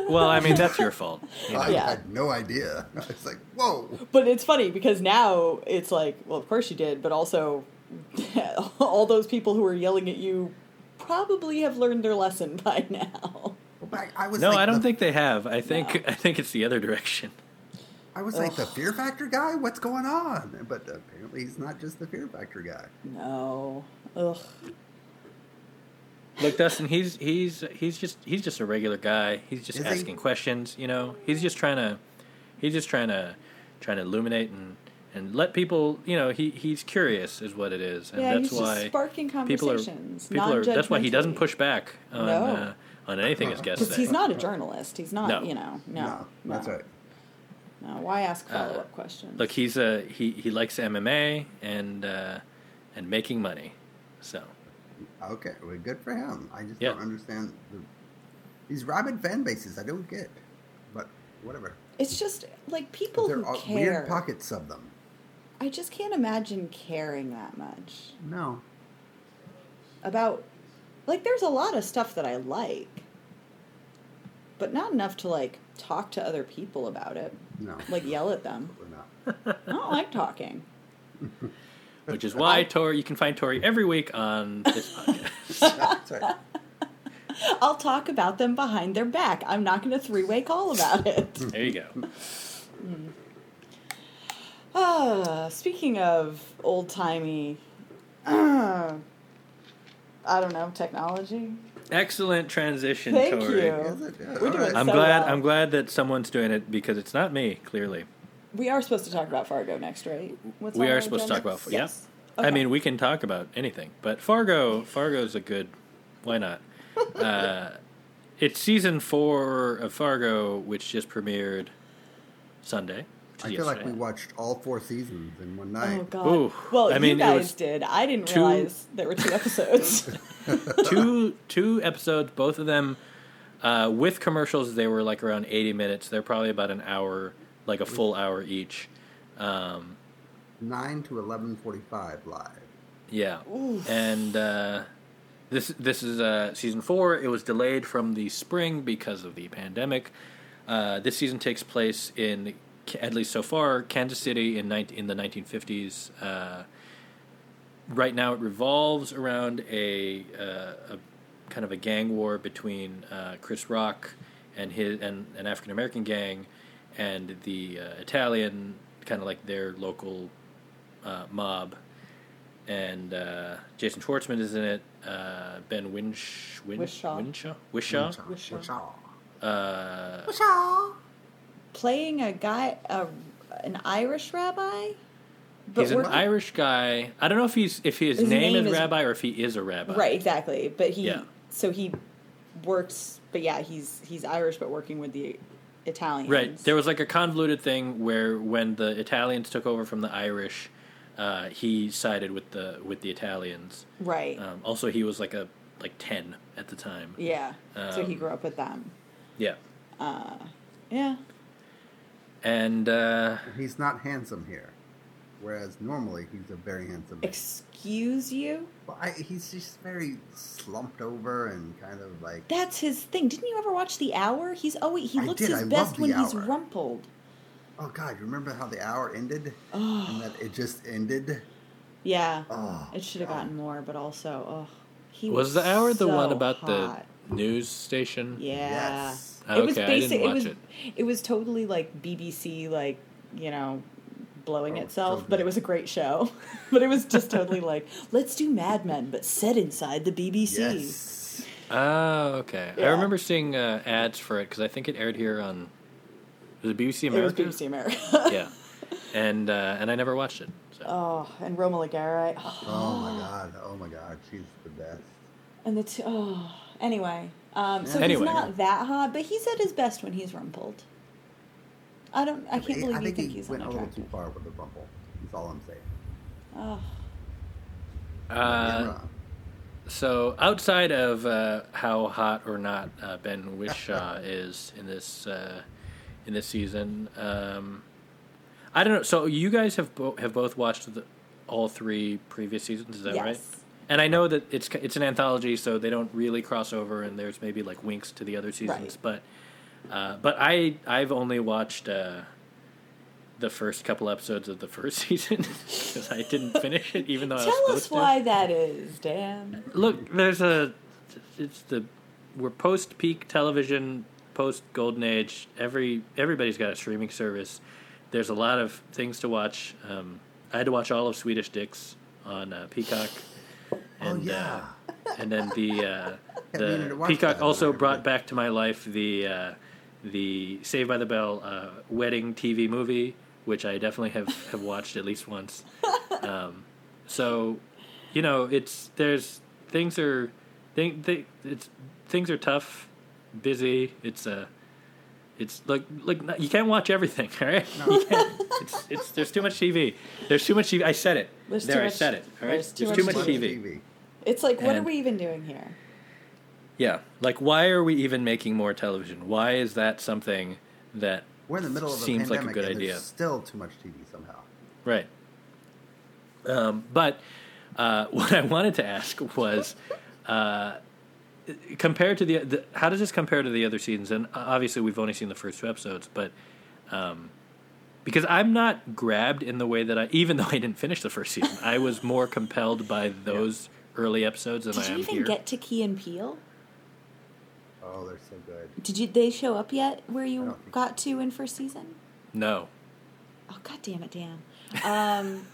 Speaker 1: Well, I mean, that's your fault. you know.
Speaker 3: I
Speaker 5: Yeah.
Speaker 3: had no idea. I was like, whoa.
Speaker 5: But it's funny because now it's like, well, of course you did, but also all those people who are yelling at you probably have learned their lesson by now.
Speaker 3: Well, back, I was
Speaker 1: No,
Speaker 3: like
Speaker 1: I don't
Speaker 3: the-
Speaker 1: think they have. I think I think it's the other direction.
Speaker 3: I was like the Fear Factor guy. What's going on? But apparently, he's not just the Fear Factor guy.
Speaker 5: No. Ugh.
Speaker 1: Look, Dustin, he's he's he's just he's just a regular guy. He's just
Speaker 3: Is he?
Speaker 1: asking questions, you know. He's just trying to he's just trying to trying to illuminate and and let people, you know, he he's curious is what it is. And
Speaker 5: yeah,
Speaker 1: that's
Speaker 5: he's
Speaker 1: why
Speaker 5: just sparking
Speaker 1: people are
Speaker 5: conversations.
Speaker 1: people are that's why he doesn't
Speaker 5: non-judgmentally.
Speaker 1: push back on
Speaker 5: No.
Speaker 1: uh, on anything his guests
Speaker 5: Because
Speaker 1: say.
Speaker 5: he's not a journalist. He's not,
Speaker 1: No.
Speaker 5: you know, no.
Speaker 3: that's right.
Speaker 7: No, why ask follow up questions?
Speaker 1: Uh, Look, he's a he, he likes MMA and uh, and making money. So
Speaker 3: Okay, well, good for him. I just
Speaker 1: Yeah.
Speaker 3: don't understand the, these rabid fan bases. I don't get, but whatever.
Speaker 5: It's just like people who
Speaker 3: They're all
Speaker 5: care.
Speaker 3: weird pockets of them.
Speaker 5: I just can't imagine caring that much
Speaker 3: No,
Speaker 5: about. Like, there's a lot of stuff that I like, but not enough to like talk to other people about it.
Speaker 3: no,
Speaker 5: Like yell at them.
Speaker 3: we're not.
Speaker 5: I don't like talking.
Speaker 1: which is
Speaker 3: Oh.
Speaker 1: why Tori you can find Tori every week on this podcast.
Speaker 3: That's right.
Speaker 5: I'll talk about them behind their back. I'm not going to three way call about it.
Speaker 1: There you go.
Speaker 5: Ah, speaking of old timey, I don't know, technology.
Speaker 1: Excellent transition,
Speaker 5: Thank
Speaker 1: Tori.
Speaker 5: you.
Speaker 3: Yes, it is.
Speaker 5: We're
Speaker 3: All
Speaker 5: doing
Speaker 3: right.
Speaker 1: I'm
Speaker 5: So
Speaker 1: glad
Speaker 5: well.
Speaker 1: I'm glad that someone's doing it because it's not me, clearly.
Speaker 5: We are supposed to talk about Fargo next, right? What's
Speaker 1: we
Speaker 5: on
Speaker 1: are
Speaker 5: our
Speaker 1: supposed to talk
Speaker 5: agenda?
Speaker 1: about Fargo.
Speaker 5: Yes.
Speaker 1: Yeah. I
Speaker 5: Okay.
Speaker 1: mean, we can talk about anything, but Fargo, Fargo's a good. Why not? uh, it's season four of Fargo, which just premiered Sunday. Which
Speaker 3: I
Speaker 1: is
Speaker 3: feel like we
Speaker 1: yesterday.
Speaker 3: watched all four seasons in one night.
Speaker 5: Oh God!
Speaker 1: Ooh.
Speaker 5: well,
Speaker 1: I mean,
Speaker 5: you
Speaker 1: it
Speaker 5: guys
Speaker 1: was
Speaker 5: did. I didn't
Speaker 1: two-
Speaker 5: realize there were two episodes.
Speaker 1: two two episodes, both of them uh, with commercials. They were like around eighty minutes. They're probably about an hour, like a full hour each. Um,
Speaker 3: Nine to eleven forty-five live.
Speaker 1: Yeah. And uh, this this is uh, season four. It was delayed from the spring because of the pandemic. Uh, this season takes place in, at least so far, Kansas City in, 19, in the 1950s. Uh, right now, it revolves around a, uh, a kind of a gang war between uh, Chris Rock and his and an African American gang, and the uh, Italian kind of like their local uh, mob and uh, Jason Schwartzman is in it. Uh, ben Winch, Win,
Speaker 5: Wishaw.
Speaker 1: Winshaw, Wishaw,
Speaker 5: Wishaw.
Speaker 3: Wishaw.
Speaker 1: Uh,
Speaker 5: Playing a guy, a, an Irish rabbi. But
Speaker 1: he's an
Speaker 5: we're-
Speaker 1: Irish guy. I don't know if he's if his,
Speaker 5: His
Speaker 1: name,
Speaker 5: name
Speaker 1: is,
Speaker 5: is-
Speaker 1: Rabbi or if he is a rabbi.
Speaker 5: Right, exactly. But he
Speaker 1: Yeah.
Speaker 5: so he works but yeah, he's he's Irish but working with the Italians.
Speaker 1: Right. There was like a convoluted thing where when the Italians took over from the Irish, uh, he sided with the with the Italians.
Speaker 5: Right.
Speaker 1: Um, also, he was like a like ten at the time.
Speaker 5: yeah. so he
Speaker 1: um,
Speaker 5: grew up with them. Uh,
Speaker 1: Yeah.
Speaker 5: Yeah.
Speaker 1: And uh,
Speaker 3: He's not handsome here, whereas normally he's a very handsome. man.
Speaker 5: Excuse you?
Speaker 3: Well, I, he's just very slumped over and kind of like
Speaker 5: That's his thing. Didn't you ever watch The Hour? He's always he
Speaker 3: I
Speaker 5: looks
Speaker 3: did. I
Speaker 5: his
Speaker 3: love
Speaker 5: best
Speaker 3: The
Speaker 5: when he's
Speaker 3: Hour.
Speaker 5: rumpled.
Speaker 3: Oh God! You remember how the hour ended, and that it just ended.
Speaker 5: Oh, Yeah.
Speaker 3: Oh,
Speaker 5: it should have
Speaker 3: God.
Speaker 5: gotten more, but also oh he
Speaker 1: was the hour the
Speaker 5: so
Speaker 1: one about
Speaker 5: hot.
Speaker 1: the news station?
Speaker 5: Yeah.
Speaker 3: Yes.
Speaker 1: Okay, I didn't watch
Speaker 5: it was
Speaker 1: it.
Speaker 5: it was totally like BBC like, you know, blowing
Speaker 3: Oh,
Speaker 5: itself,
Speaker 3: totally.
Speaker 5: but it was a great show. but it was just totally like, let's do Mad Men but set inside the BBC.
Speaker 3: Yes.
Speaker 1: Oh, okay. I
Speaker 5: Yeah.
Speaker 1: remember seeing uh, ads for it because I think it aired here on was it BBC
Speaker 5: It was
Speaker 1: America?
Speaker 5: BBC America.
Speaker 1: yeah, and uh, and I never watched it. So. Uh,
Speaker 5: Oh, and Roma Ligare. Oh,
Speaker 3: Oh my God! Oh my God! She's the best.
Speaker 5: and the two, oh, anyway. Um, so
Speaker 1: Anyway.
Speaker 5: he's not that hot, but he's at his best when he's rumpled. I don't. I can't
Speaker 3: He-
Speaker 5: believe
Speaker 3: I
Speaker 5: you
Speaker 3: think
Speaker 5: think,
Speaker 3: he
Speaker 5: he's
Speaker 3: went a little too
Speaker 5: unattractive.
Speaker 3: far with the rumble. That's all I'm saying.
Speaker 5: Oh,
Speaker 1: Uh,
Speaker 3: You're wrong.
Speaker 1: So outside of uh, how hot or not uh, Ben Wishaw is in this uh, in this season, um, I don't know. So you guys have bo- have both watched the, all three previous seasons, is that right?
Speaker 5: Yes.
Speaker 1: And I know that it's it's an anthology, so they don't really cross over, and there's maybe like winks to the other seasons, but uh, but I I've only watched. Uh, the first couple episodes of the first season because I didn't finish it, even though I was
Speaker 5: tell
Speaker 1: supposed
Speaker 5: us
Speaker 1: to
Speaker 5: why that is, Dan.
Speaker 1: look there's a it's the we're post peak television post golden age every everybody's got a streaming service there's a lot of things to watch um, i had to watch all of swedish dicks on uh, peacock and
Speaker 3: Oh, yeah.
Speaker 1: uh, and then the uh,
Speaker 3: meaning to
Speaker 1: the
Speaker 3: watch
Speaker 1: peacock
Speaker 3: that.
Speaker 1: also brought back to my life the uh, the Saved by the Bell uh, wedding TV movie, which I definitely have, have watched at least once. Um, so, you know, it's there's things are thing, thi- it's things are tough, busy. It's uh, It's like like no- you can't watch everything, all right? You can't. It's, it's there's too much TV. There's too much TV. I said it.
Speaker 8: There's
Speaker 1: there,
Speaker 8: too
Speaker 1: I
Speaker 8: much-
Speaker 1: said it. All right.
Speaker 8: there's too much
Speaker 1: TV.
Speaker 8: It's like, what are
Speaker 1: And-
Speaker 8: we even doing here?
Speaker 1: Yeah. Like, why are we even making more television? Why is that something that
Speaker 3: We're in the middle of a
Speaker 1: Seems like a
Speaker 3: pandemic
Speaker 1: good
Speaker 3: and
Speaker 1: idea.
Speaker 3: there's still too much TV somehow.
Speaker 1: Right. Um, but uh, what I wanted to ask was, uh, compared to the, the, how does this compare to the other seasons? And uh, obviously, we've only seen the first two episodes, but um, because I'm not grabbed in the way that I, even though I didn't finish the first season, I was more compelled by those early episodes than
Speaker 8: Did
Speaker 1: I
Speaker 8: you
Speaker 1: am
Speaker 8: even
Speaker 1: here.
Speaker 8: get to Key and Peele?
Speaker 3: Oh, they're so good.
Speaker 8: Did you? They show up yet? Where
Speaker 3: I
Speaker 8: you
Speaker 3: don't think
Speaker 8: got to in first season?
Speaker 1: no,
Speaker 8: Oh God damn it, Dan. Um,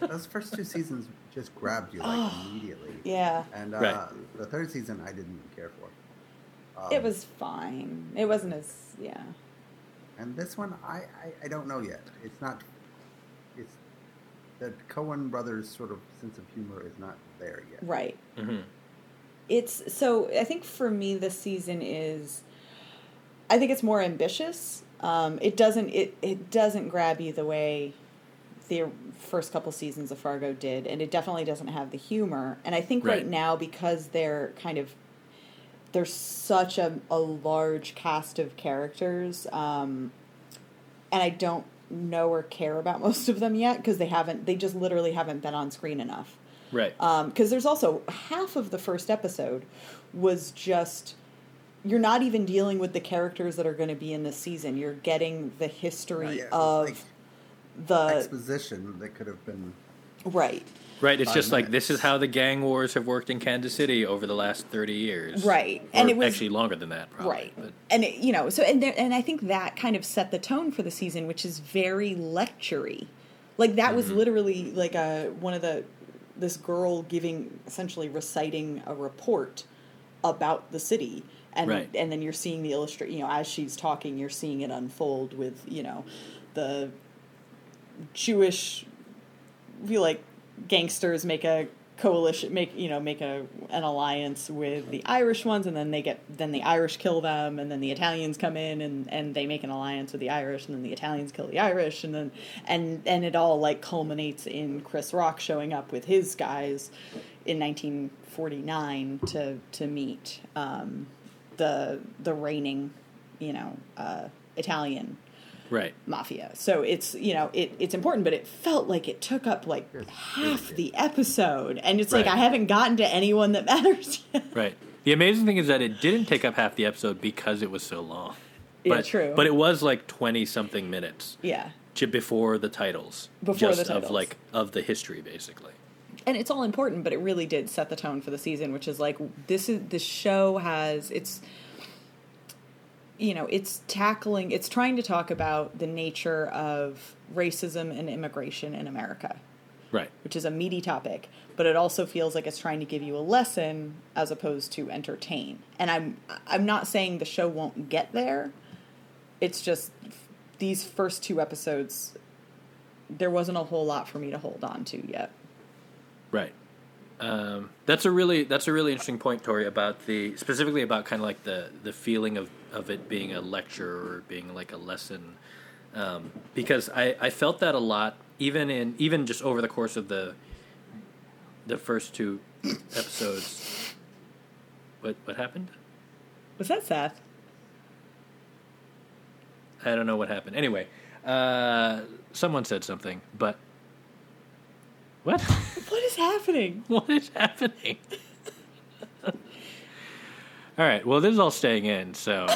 Speaker 3: Those first two seasons just grabbed you like immediately.
Speaker 5: Yeah.
Speaker 3: And uh,
Speaker 1: Oh. Right.
Speaker 3: the third season, I didn't even care for. Um,
Speaker 5: It was fine. It wasn't as yeah.
Speaker 3: And this one, I, I, I don't know yet. It's not. It's the Cohen brothers' sort of sense of humor is not there yet.
Speaker 5: Right.
Speaker 8: Mm-hmm.
Speaker 1: Mhm.
Speaker 5: It's so I think for me this season is I think it's more ambitious. Um, it doesn't it, it doesn't grab you the way the first couple seasons of Fargo did, and it definitely doesn't have the humor. And I think right,
Speaker 1: Right.
Speaker 5: now because they're kind of there's such a, a large cast of characters, um, and I don't know or care about most of them yet because they haven't they just literally haven't been on screen enough
Speaker 1: right,
Speaker 5: because Um, there's also half of the first episode was just you're not even dealing with the characters that are going to be in this season. You're getting the history
Speaker 3: Yeah, it's
Speaker 5: of uh,
Speaker 3: like
Speaker 5: the
Speaker 3: exposition that could have been.
Speaker 5: right,
Speaker 1: right. It's
Speaker 3: Five
Speaker 1: just like this is
Speaker 3: minutes.
Speaker 1: how the gang wars have worked in Kansas City over the last thirty years,
Speaker 5: Right.
Speaker 1: Or
Speaker 5: And it was-
Speaker 1: actually longer than that, probably.
Speaker 5: right,
Speaker 1: But,
Speaker 5: and it, you know, so and there, and I think that kind of set the tone for the season, which is very lectury. Like that
Speaker 1: Mm-hmm.
Speaker 5: was literally like a one of the this girl giving essentially reciting a report about the city and
Speaker 1: Right.
Speaker 5: and then you're seeing the illustration you know as she's talking you're seeing it unfold with you know the jewish we like gangsters make a coalition make you know make a an alliance with the irish ones and then they get then the irish kill them and then the italians come in and and they make an alliance with the irish and then the italians kill the irish and then and and it all like culminates in chris rock showing up with his guys in 1949 to to meet um the the reigning you know uh italian
Speaker 1: right.
Speaker 5: mafia. So it's you know it, it's important, but it felt like it took up like half the episode, and it's like
Speaker 1: Right.
Speaker 5: I haven't gotten to anyone that matters. yet.
Speaker 1: Right. The amazing thing is that it didn't take up half the episode because it was so long.
Speaker 5: Yeah,
Speaker 1: but,
Speaker 5: true.
Speaker 1: But it was like twenty something minutes
Speaker 5: yeah,
Speaker 1: j- before the titles,
Speaker 5: Before
Speaker 1: just
Speaker 5: the titles.
Speaker 1: of like of the history, basically.
Speaker 5: and it's all important, but it really did set the tone for the season, which is like this is this show has it's you know it's tackling it's trying to talk about the nature of racism and immigration in America.
Speaker 1: Right.
Speaker 5: which is a meaty topic, but it also feels like it's trying to give you a lesson as opposed to entertain. And I'm I'm not saying the show won't get there. It's just f- these first two episodes there wasn't a whole lot for me to hold on to yet.
Speaker 1: Right. Um, that's a really that's a really interesting point, Tori, about the specifically about kind of like the the feeling of of it being a lecture or being like a lesson, um, because I I felt that a lot even in even just over the course of the the first two episodes. What what happened?
Speaker 5: Was that Seth?
Speaker 1: I don't know what happened. Anyway, uh, someone said something, but what?
Speaker 5: What is happening?
Speaker 1: what is happening? all right. Well, this is all staying in. So,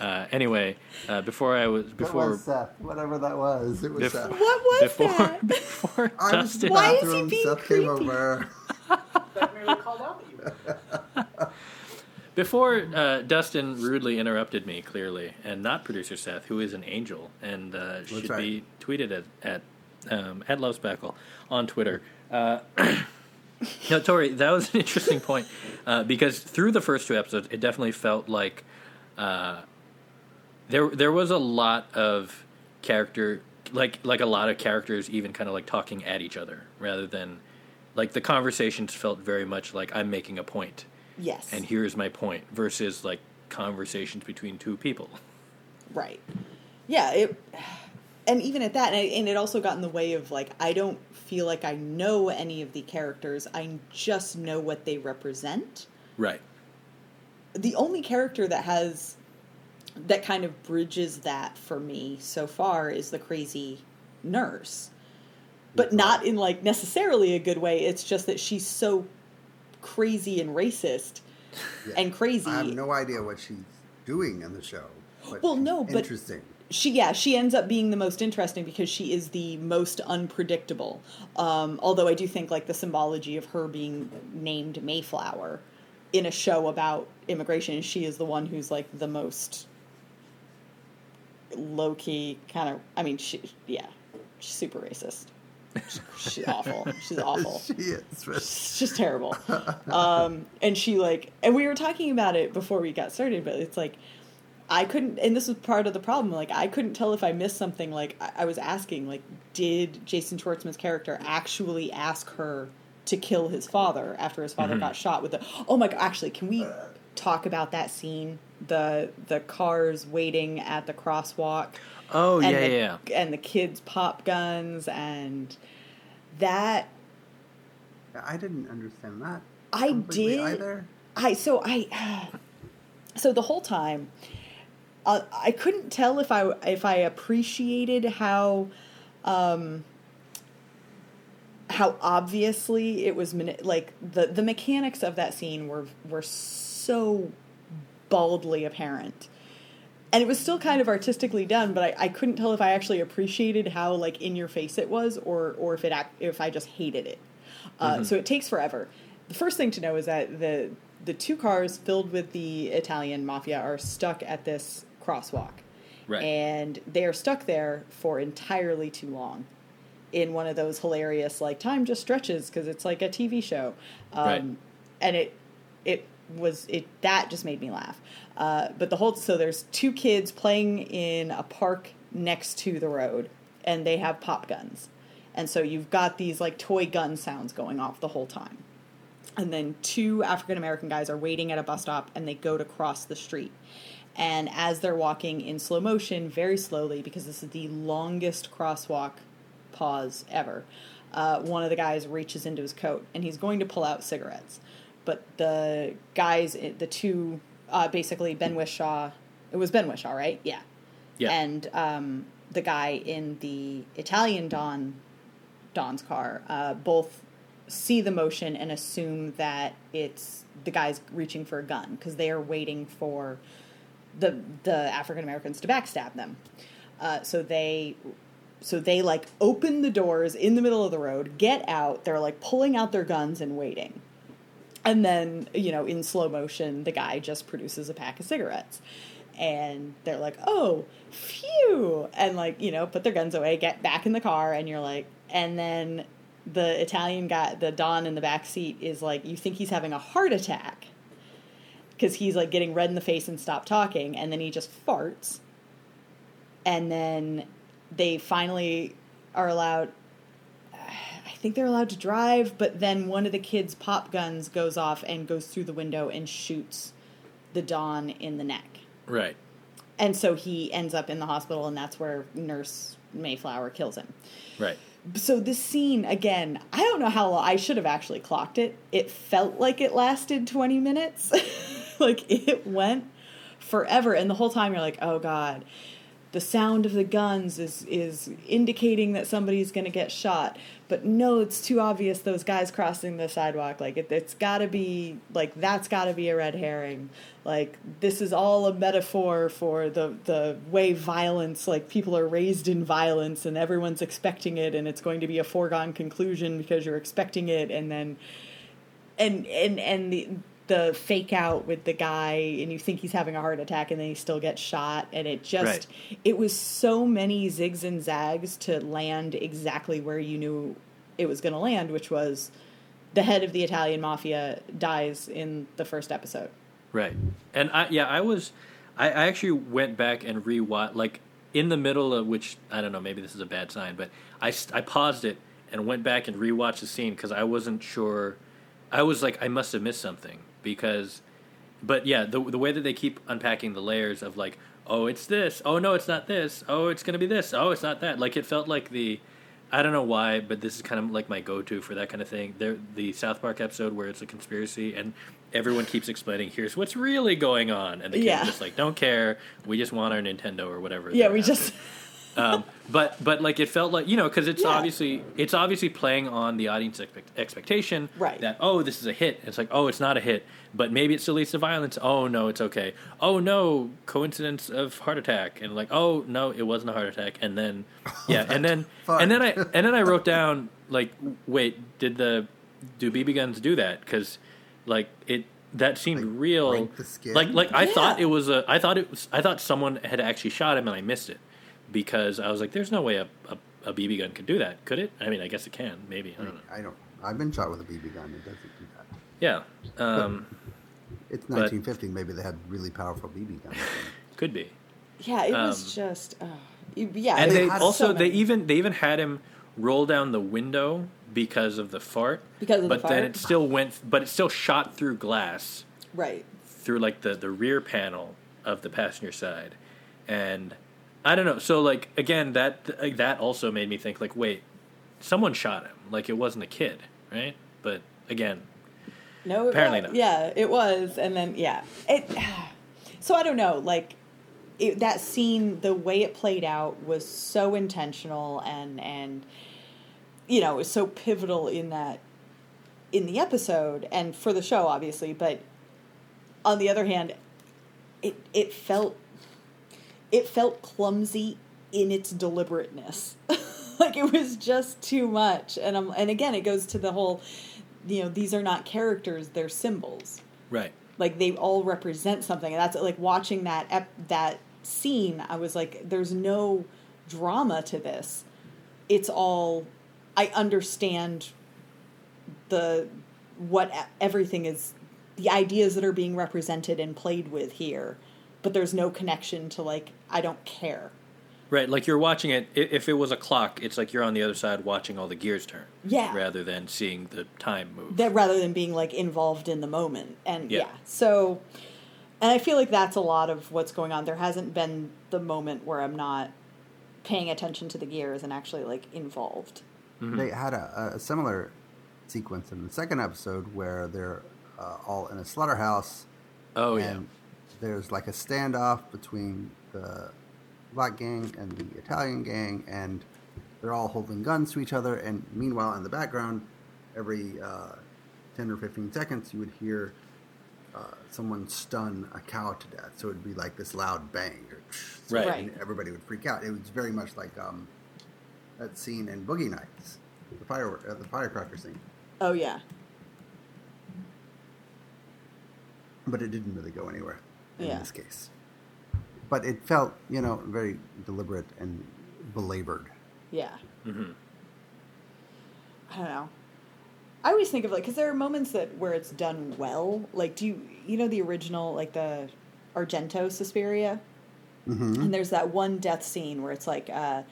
Speaker 1: uh, anyway, uh, before I was
Speaker 3: That
Speaker 1: before
Speaker 3: was Seth. Whatever that was, it was
Speaker 1: Bef-
Speaker 3: Seth.
Speaker 5: What was
Speaker 1: before
Speaker 5: that?
Speaker 1: before
Speaker 3: I was in
Speaker 1: Dustin
Speaker 3: the
Speaker 5: Why is he
Speaker 3: bathroom,
Speaker 5: being
Speaker 3: Seth
Speaker 5: creepy?
Speaker 3: came over.
Speaker 4: That merely called out that you were.
Speaker 1: before uh, Dustin rudely interrupted me clearly, and not producer Seth, who is an angel and uh, should
Speaker 3: right.
Speaker 1: be tweeted at at um, at Love Spackle on Twitter. Uh, no, Tori, that was an interesting point uh, because through the first two episodes, it definitely felt like uh, there there was a lot of character, like like a lot of characters, even kind of like talking at each other rather than like the conversations felt very much like I'm making a point
Speaker 5: Yes.
Speaker 1: and here's my point versus like conversations between two people
Speaker 5: Right. Yeah. It, and even at that, and, I, and it also got in the way of like I don't feel like I know any of the characters. I just know what they represent.
Speaker 1: Right.
Speaker 5: The only character that has that kind of bridges that for me so far is the crazy nurse, but not in like necessarily a good way. It's just that she's so crazy and racist
Speaker 3: Yeah.
Speaker 5: and crazy.
Speaker 3: I have no idea what she's doing in the show. But
Speaker 5: Well, no, but-
Speaker 3: interesting.
Speaker 5: she yeah she ends up being the most interesting because she is the most unpredictable um, although i do think like the symbology of her being named mayflower in a show about immigration she is the one who's like the most low-key kind of i mean she yeah she's super racist she's, she's awful she's awful
Speaker 3: she is. but-
Speaker 5: it's just terrible. Um, and she like, and we were talking about it before we got started, but it's like, I couldn't, and this was part of the problem. Like, I couldn't tell if I missed something. Like, I, I was asking, like, did Jason Schwartzman's character actually ask her to kill his father after his
Speaker 1: Mm-hmm.
Speaker 5: father got shot with the? Oh my god! Actually, can we talk about that scene? The the cars waiting at the crosswalk
Speaker 1: Oh yeah,
Speaker 5: and the,
Speaker 1: yeah.
Speaker 5: and the kids pop guns and that
Speaker 3: I didn't understand that.
Speaker 5: I
Speaker 3: completely
Speaker 5: did.
Speaker 3: Either.
Speaker 5: I so I so the whole time uh, I couldn't tell if I if I appreciated how um how obviously it was mani- like the the mechanics of that scene were were so baldly apparent and it was still kind of artistically done but I, I couldn't tell if i actually appreciated how like in your face it was or or if it ac- if i just hated it uh, so it takes forever the first thing to know is that the the two cars filled with the italian mafia are stuck at this crosswalk
Speaker 1: Right.
Speaker 5: and they are stuck there for entirely too long in one of those hilarious like time just stretches because it's like a tv show um,
Speaker 1: Right.
Speaker 5: and it it was it that just made me laugh. Uh, but the whole so there's two kids playing in a park next to the road, and they have pop guns, and so you've got these like toy gun sounds going off the whole time. And then two African American guys are waiting at a bus stop, and they go to cross the street. And as they're walking in slow motion, very slowly, because this is the longest crosswalk pause ever, uh, one of the guys reaches into his coat and he's going to pull out cigarettes. But the guys, the two, uh, basically Ben Wishaw, it was Ben Wishaw, right? Yeah.
Speaker 1: Yeah.
Speaker 5: And um, the guy in the Italian Don, Don's car, uh, both see the motion and assume that it's the guy's reaching for a gun because they are waiting for the the African Americans to backstab them. Uh, so they so they like open the doors in the middle of the road, get out. They're like pulling out their guns and waiting. And then, you know, in slow motion, the guy just produces a pack of cigarettes. And they're like, oh, phew. And like, you know, put their guns away, get back in the car. And you're like, and then the Italian guy, the Don in the back seat is like, you think he's having a heart attack because he's like getting red in the face and stop talking. And then he just farts. And then they finally are allowed I think they're allowed to drive, but then one of the kids' pop guns goes off and goes through the window and shoots the Don in the neck.
Speaker 1: Right.
Speaker 5: And so he ends up in the hospital, and that's where Nurse Mayflower kills him.
Speaker 1: Right.
Speaker 5: So, this scene, again, I don't know how long I should have actually clocked it. It felt like it lasted 20 minutes. like, it went forever. And the whole time, you're like, oh, God. The sound of the guns is is indicating that somebody's going to get shot, but no, it's too obvious. Those guys crossing the sidewalk, like it, it's got to be like that's got to be a red herring. Like this is all a metaphor for the the way violence, like people are raised in violence, and everyone's expecting it, and it's going to be a foregone conclusion because you're expecting it, and then and and and the the fake out with the guy and you think he's having a heart attack and then he still gets shot and it just
Speaker 1: Right.
Speaker 5: it was so many zigs and zags to land exactly where you knew it was going to land which was the head of the Italian mafia dies in the first episode
Speaker 1: Right. And I yeah, I was I, I actually went back and rewatched like in the middle of which I don't know, maybe this is a bad sign, but I st- I paused it and went back and rewatched the scene cuz I wasn't sure I was like I must have missed something because but yeah, the the way that they keep unpacking the layers of like oh, it's this. Oh no, it's not this. Oh, it's gonna be this. Oh, it's not that. Like it felt like the, I don't know why, but this is kind of like my go-to for that kind of thing. There, the South Park episode where it's a conspiracy and everyone keeps explaining, here's what's really going on, and the kids
Speaker 2: Yeah.
Speaker 1: just like don't care. We just want our Nintendo or whatever.
Speaker 2: Yeah,
Speaker 1: they're
Speaker 2: we
Speaker 1: after."
Speaker 2: just
Speaker 1: um, but but like it felt like you know because it's
Speaker 2: Yeah.
Speaker 1: obviously it's obviously playing on the audience expect- expectation
Speaker 2: Right.
Speaker 1: that oh this is a hit it's like oh it's not a hit but maybe it's the least of violence oh no it's okay oh no coincidence of heart attack and like oh no it wasn't a heart attack and then yeah and then
Speaker 3: Fuck.
Speaker 1: and then I and then I wrote down like wait did the do BB guns do that because like it that seemed
Speaker 3: Like,
Speaker 1: real
Speaker 3: break the skin?
Speaker 1: like like I
Speaker 2: Yeah.
Speaker 1: thought it was a. I thought it was. I thought someone had actually shot him, and I missed it because I was like, "There's no way a, a, a BB gun could do that, could it?" I mean, I guess it can. Maybe I don't know.
Speaker 3: I don't. I've been shot with a BB gun. It doesn't do that.
Speaker 1: Yeah, um,
Speaker 3: It's
Speaker 1: But-
Speaker 3: 1950. Maybe they had really powerful BB guns.
Speaker 1: could be.
Speaker 5: Yeah, it
Speaker 1: Um,
Speaker 5: was just uh, yeah.
Speaker 1: And
Speaker 5: it
Speaker 1: they
Speaker 5: had so
Speaker 1: also they e-
Speaker 5: many-
Speaker 1: even they even had him roll down the window because of the fart.
Speaker 5: Because of the
Speaker 1: but then it
Speaker 5: fart?
Speaker 1: still went. But it still shot through glass.
Speaker 5: right.
Speaker 1: through like the the rear panel of the passenger side and i don't know so like again that like, that also made me think like wait someone shot him like it wasn't a kid right but again
Speaker 5: No, it
Speaker 1: Apparently
Speaker 5: was.
Speaker 1: not.
Speaker 5: Yeah, it was, and then yeah, it. So I don't know, like it, that scene, the way it played out was so intentional, and and you know, it was so pivotal in that in the episode and for the show, obviously. But on the other hand, it it felt it felt clumsy in its deliberateness. like it was just too much, and i and again, it goes to the whole, you know, these are not characters; they're symbols.
Speaker 1: right
Speaker 5: Like they all represent something, and that's like watching that ep- that scene. I was like, there's no drama to this. It's all I understand the what e- everything is the ideas that are being represented and played with here but there's no connection to like i don't care
Speaker 1: right like you're watching it i- if it was a clock it's like you're on the other side watching all the gears turn
Speaker 5: Yeah.
Speaker 1: rather than seeing the time move
Speaker 5: that rather than being like involved in the moment and
Speaker 1: Yeah.
Speaker 5: yeah. so and i feel like that's a lot of what's going on there hasn't been the moment where i'm not paying attention to the gears and actually like involved
Speaker 3: They had a, a similar sequence in the second episode where they're uh, all in a slaughterhouse.
Speaker 1: oh yeah
Speaker 3: and there's like a standoff between the black gang and the Italian gang, and they're all holding guns to each other. And meanwhile, in the background, every uh, 10 or 15 seconds, you would hear uh, someone stun a cow to death. So it would be like this loud bang, or
Speaker 1: Right.
Speaker 3: and everybody would freak out. It was very much like um, that scene in Boogie Nights, the, firework, uh, the firecracker scene.
Speaker 5: oh yeah
Speaker 3: but it didn't really go anywhere in
Speaker 5: Yeah.
Speaker 3: this case. But it felt, you know, very deliberate and belabored.
Speaker 5: Yeah. I don't know. I always think of like because there are moments that where it's done well. Like, do you you know the original like the Argento Suspiria?
Speaker 3: Mm-hmm.
Speaker 5: And there's that one death scene where it's like a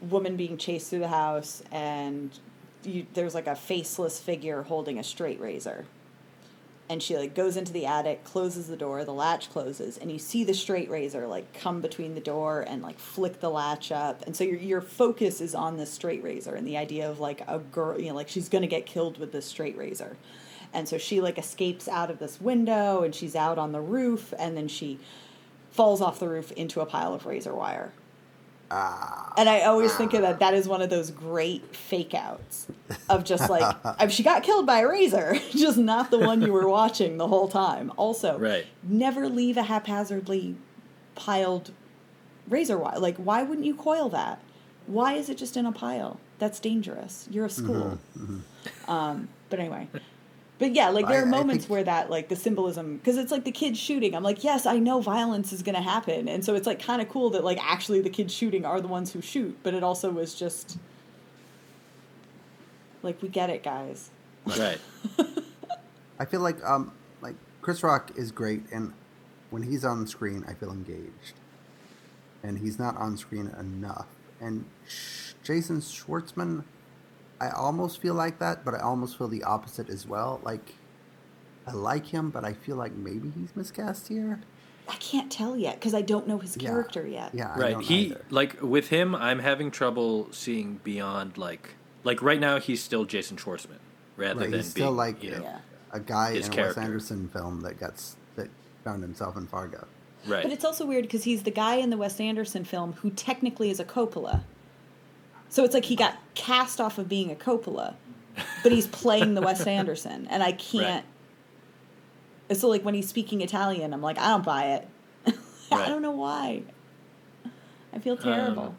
Speaker 5: woman being chased through the house, and you, there's like a faceless figure holding a straight razor. And she like goes into the attic, closes the door, the latch closes, and you see the straight razor like come between the door and like flick the latch up. And so your your focus is on this straight razor and the idea of like a girl, you know, like she's gonna get killed with this straight razor. And so she like escapes out of this window and she's out on the roof and then she falls off the roof into a pile of razor wire. And I always think of that. That is one of those great fake outs of just like, I she got killed by a razor, just not the one you were watching the whole time. Also,
Speaker 1: Right.
Speaker 5: never leave a haphazardly piled razor wire. Like, why wouldn't you coil that? Why is it just in a pile? That's dangerous. You're a
Speaker 3: Mm-hmm,
Speaker 5: school. Um, but anyway. But yeah, like there
Speaker 3: I-
Speaker 5: are
Speaker 3: I
Speaker 5: moments
Speaker 3: think-
Speaker 5: where that like the symbolism because it's like the kids shooting. I'm like, yes, I know violence is going to happen, and so it's like kind of cool that like actually the kids shooting are the ones who shoot, but it also was just like we get it, guys.
Speaker 1: right
Speaker 3: I feel like um like Chris Rock is great and when he's on the screen I feel engaged. And he's not on screen enough. And Sh- Jason Schwartzman I almost feel like that, but I almost feel the opposite as well. Like I like him, but I feel like maybe he's miscast here.
Speaker 8: I can't tell yet because I don't know his
Speaker 3: Yeah.
Speaker 8: character yet.
Speaker 3: Yeah, I
Speaker 1: right
Speaker 3: don't
Speaker 1: he
Speaker 3: either.
Speaker 1: like with him i'm having trouble seeing beyond like like right now he's still jason schwartzman rather
Speaker 3: Right,
Speaker 1: than
Speaker 3: he's still
Speaker 1: being,
Speaker 3: like
Speaker 1: you know,
Speaker 3: a- a guy
Speaker 1: his
Speaker 3: in a Wes
Speaker 1: character.
Speaker 3: Anderson film that got s- that found himself in Fargo.
Speaker 1: right
Speaker 8: But it's also weird because he's the guy in the Wes Anderson film who technically is a Coppola. So it's like he got cast off of being a Coppola, but he's playing the Wes Anderson, and I can't. And So like when he's speaking Italian, I'm like, I don't buy it.
Speaker 1: Right.
Speaker 8: I don't know why. I feel
Speaker 1: Um,
Speaker 8: terrible.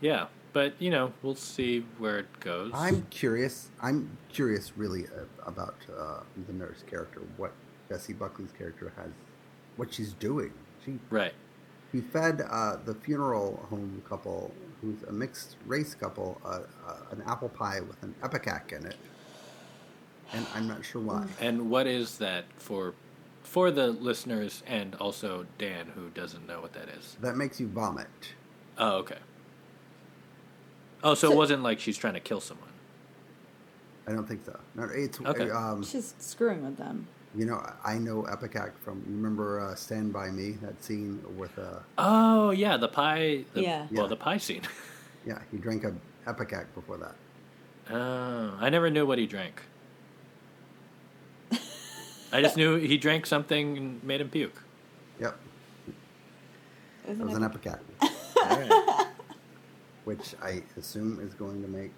Speaker 1: yeah but you know we'll see where it goes
Speaker 3: I'm curious. I'm curious, really, uh, about uh, the nurse character. What Bessie Buckley's character has, what she's doing. She
Speaker 1: right
Speaker 3: he fed uh, the funeral home couple, who's a mixed race couple, uh, uh, an apple pie with an epicac in it, and I'm not sure why.
Speaker 1: and what is that for for the listeners and also dan who doesn't know what that is
Speaker 3: That makes you vomit.
Speaker 1: oh okay oh so, it
Speaker 8: So-
Speaker 1: wasn't like she's trying to kill someone
Speaker 3: I don't think so. No, it's
Speaker 1: Okay.
Speaker 3: um,
Speaker 8: She's screwing with them.
Speaker 3: you know I know epicac from. You remember uh, Stand by Me? That scene with uh,
Speaker 1: oh yeah the pie the,
Speaker 8: Yeah.
Speaker 1: well
Speaker 3: Yeah.
Speaker 1: the pie scene
Speaker 3: yeah, he drank a epicac before that.
Speaker 1: Oh, I never knew what he drank. I just knew he drank something and made him puke.
Speaker 3: Yep,
Speaker 8: Isn't
Speaker 3: that was
Speaker 8: it?
Speaker 3: an epicac, which I assume is going to make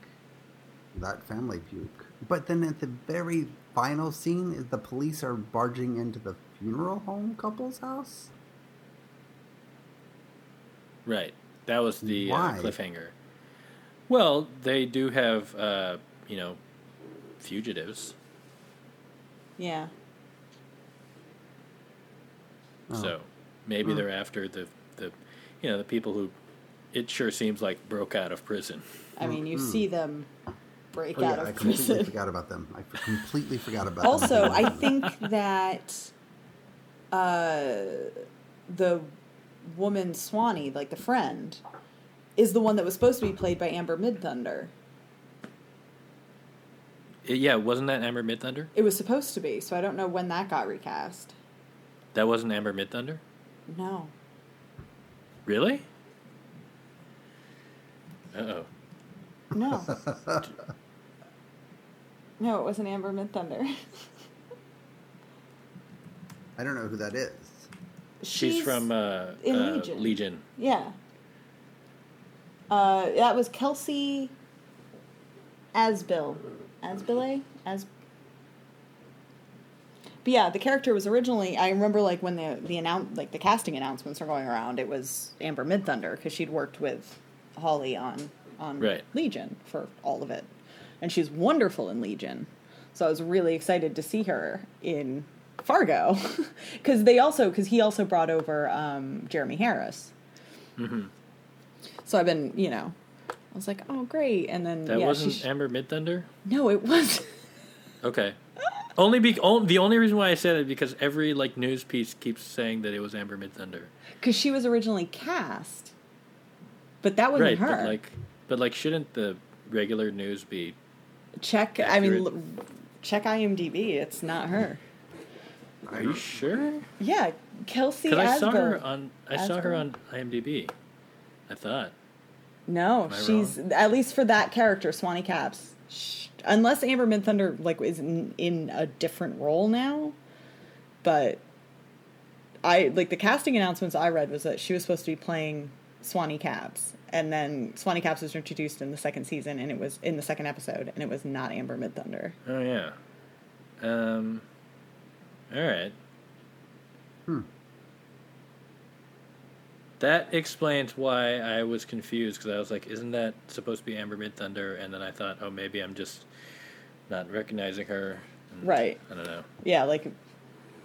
Speaker 3: that family puke. But then at the very final scene, is the police are barging into the funeral home couple's house.
Speaker 1: Right. That was the uh,
Speaker 3: Why?
Speaker 1: cliffhanger. Well, they do have, uh, you know, fugitives.
Speaker 8: yeah.
Speaker 3: Oh.
Speaker 1: So maybe they're after the, the, you know, the people who it sure seems like broke out of prison.
Speaker 5: I mean, you see them
Speaker 3: Mm,
Speaker 5: break
Speaker 3: Oh, yeah,
Speaker 5: out
Speaker 3: I
Speaker 5: of
Speaker 3: completely
Speaker 5: prison.
Speaker 3: forgot about them. I f- completely forgot about them.
Speaker 5: Also,
Speaker 8: also, I think that uh, the woman Swanee, like the friend, is the one that was supposed to be played by Amber Mid Thunder.
Speaker 1: Uh, yeah, wasn't that Amber Mid Thunder?
Speaker 5: It was supposed to be, so I don't know when that got recast.
Speaker 1: That wasn't Amber Mid Thunder?
Speaker 8: No.
Speaker 1: Really? Uh oh.
Speaker 5: No. no, it wasn't Amber Mid Thunder.
Speaker 3: I don't know who that is.
Speaker 1: She's, from uh,
Speaker 8: in
Speaker 1: uh,
Speaker 8: Legion.
Speaker 1: Legion.
Speaker 8: Yeah. Uh, that was Kelsey Asbill. Asbille? As.
Speaker 5: But yeah, the character was originally. I remember like when the the announce like the casting announcements were going around. It was Amber Mid Thunder because she'd worked with Holly on on
Speaker 1: Right.
Speaker 5: Legion for all of it, and she's wonderful in Legion. So I was really excited to see her in Fargo because they also because he also brought over um, Jeremy Harris.
Speaker 1: Mm-hmm.
Speaker 5: So I've been you know. I was like, oh great, and then
Speaker 1: That
Speaker 5: yeah,
Speaker 1: wasn't
Speaker 5: she-
Speaker 1: Amber Mid Thunder.
Speaker 5: no, it was.
Speaker 1: Okay. only be on, the only reason why I said it because every like news piece keeps saying that it was Amber Mid Thunder.
Speaker 5: because she was originally cast, but that wasn't
Speaker 1: Right,
Speaker 5: her.
Speaker 1: but like, but like, shouldn't the regular news be?
Speaker 5: check, I mean, l- check IMDb. It's not her.
Speaker 1: Are you sure?
Speaker 5: Yeah, Kelsey
Speaker 1: Because I saw her
Speaker 5: Asbill.
Speaker 1: on I saw her
Speaker 5: Asbel.
Speaker 1: on IMDb. I thought.
Speaker 5: no,
Speaker 1: Am I
Speaker 5: she's at least for that character, Swanee Caps. Sh unless Amber Mid Thunder like is in, in a different role now, but I like the casting announcements I read was that she was supposed to be playing Swanee Caps, and then Swanee Caps was introduced in the second season, and it was in the second episode, and it was not Amber Mid Thunder.
Speaker 1: Oh yeah. Um. All right.
Speaker 3: Hmm.
Speaker 1: That explains why I was confused because I was like, "Isn't that supposed to be Amber Mid Thunder?" And then I thought, "Oh, maybe I'm just not recognizing her." And
Speaker 5: Right.
Speaker 1: I don't know.
Speaker 5: Yeah, like,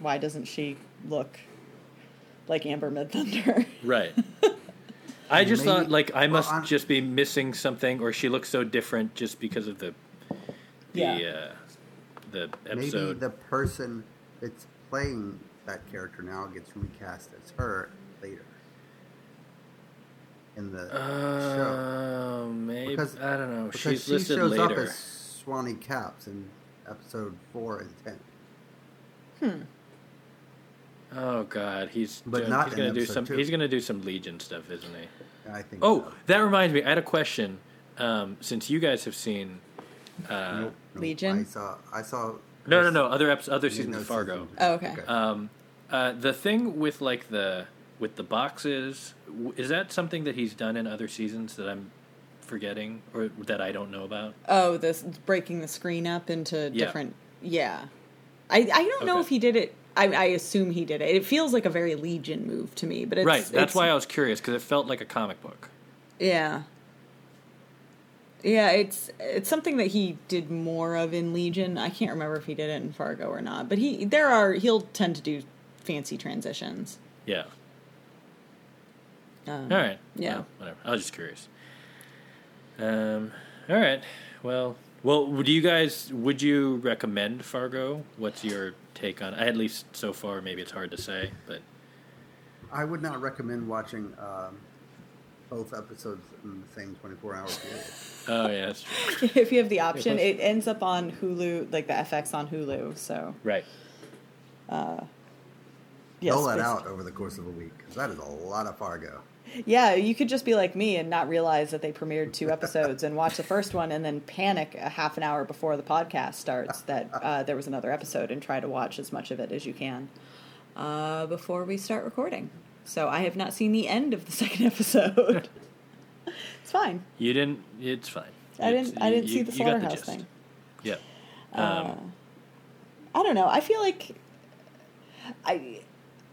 Speaker 5: why doesn't she look like Amber Mid Thunder?
Speaker 1: Right. I just
Speaker 3: Maybe-
Speaker 1: thought like I
Speaker 3: well,
Speaker 1: must
Speaker 3: I'm-
Speaker 1: just be missing something, or she looks so different just because of the the
Speaker 5: Yeah.
Speaker 1: uh, the
Speaker 3: Maybe
Speaker 1: episode.
Speaker 3: the person that's playing that character now gets recast as her later in the show.
Speaker 1: Oh, maybe
Speaker 3: Because-
Speaker 1: I don't know.
Speaker 3: Because
Speaker 1: Uh, She's
Speaker 3: she
Speaker 1: listed
Speaker 3: shows up
Speaker 1: later.
Speaker 3: as Swanee Caps in episode four and ten.
Speaker 1: Oh God, he's
Speaker 3: But
Speaker 1: doing-
Speaker 3: not
Speaker 1: he's
Speaker 3: in
Speaker 1: gonna do
Speaker 3: episode
Speaker 1: some
Speaker 3: two.
Speaker 1: he's gonna do some Legion stuff, isn't he?
Speaker 3: I think. uh,
Speaker 1: Oh,
Speaker 3: so.
Speaker 1: that reminds me. I had a question. Um, since you guys have seen uh,
Speaker 3: Nope, nope.
Speaker 9: Legion?
Speaker 3: I saw. I saw.
Speaker 1: no, no, no, other episodes, other
Speaker 3: I
Speaker 1: seasons
Speaker 3: didn't
Speaker 1: of
Speaker 3: know
Speaker 1: Fargo.
Speaker 3: season two.
Speaker 9: Oh, okay.
Speaker 1: Um, uh, the thing with like the with the boxes w- is that something that he's done in other seasons that I'm forgetting or that I don't know about?
Speaker 9: Oh, this breaking the screen up into
Speaker 1: Yeah.
Speaker 9: different. Yeah, I I don't know
Speaker 1: Okay.
Speaker 9: if he did it. I, I assume he did it. It feels like a very Legion move to me, but it's,
Speaker 1: right, that's
Speaker 9: it's-
Speaker 1: why I was curious because it felt like a comic book.
Speaker 9: Yeah. Yeah, it's it's something that he did more of in Legion. I can't remember if he did it in Fargo or not, but he there are he'll tend to do fancy transitions.
Speaker 1: Yeah.
Speaker 9: Um,
Speaker 1: All right.
Speaker 9: Mm-hmm. Yeah.
Speaker 1: Well, whatever. I was just curious. Um. All right. Well. Well. Would you guys? Would you recommend Fargo? What's your take on? At least so far. Maybe it's hard to say, but
Speaker 3: I would not recommend watching um, both episodes in the same 24-hour period.
Speaker 1: oh yeah, that's true.
Speaker 5: if you have the option, it ends up on Hulu, like the FX on Hulu. So
Speaker 1: right.
Speaker 5: yes,
Speaker 3: Roll that
Speaker 5: please.
Speaker 3: out over the course of a week 'cause that is a lot of Fargo.
Speaker 5: Yeah, you could just be like me and not realize that they premiered two episodes and watch the first one and then panic a half an hour before the podcast starts that uh, there was another episode and try to watch as much of it as you can uh, before we start recording. So I have not seen the end of the second episode. it's fine.
Speaker 1: You didn't. It's fine.
Speaker 5: I
Speaker 1: It's-
Speaker 5: didn't- I didn't see the
Speaker 1: got
Speaker 5: slaughterhouse
Speaker 1: gist.
Speaker 5: thing. Uh,
Speaker 1: Yeah. Um,
Speaker 5: I don't know. I feel like I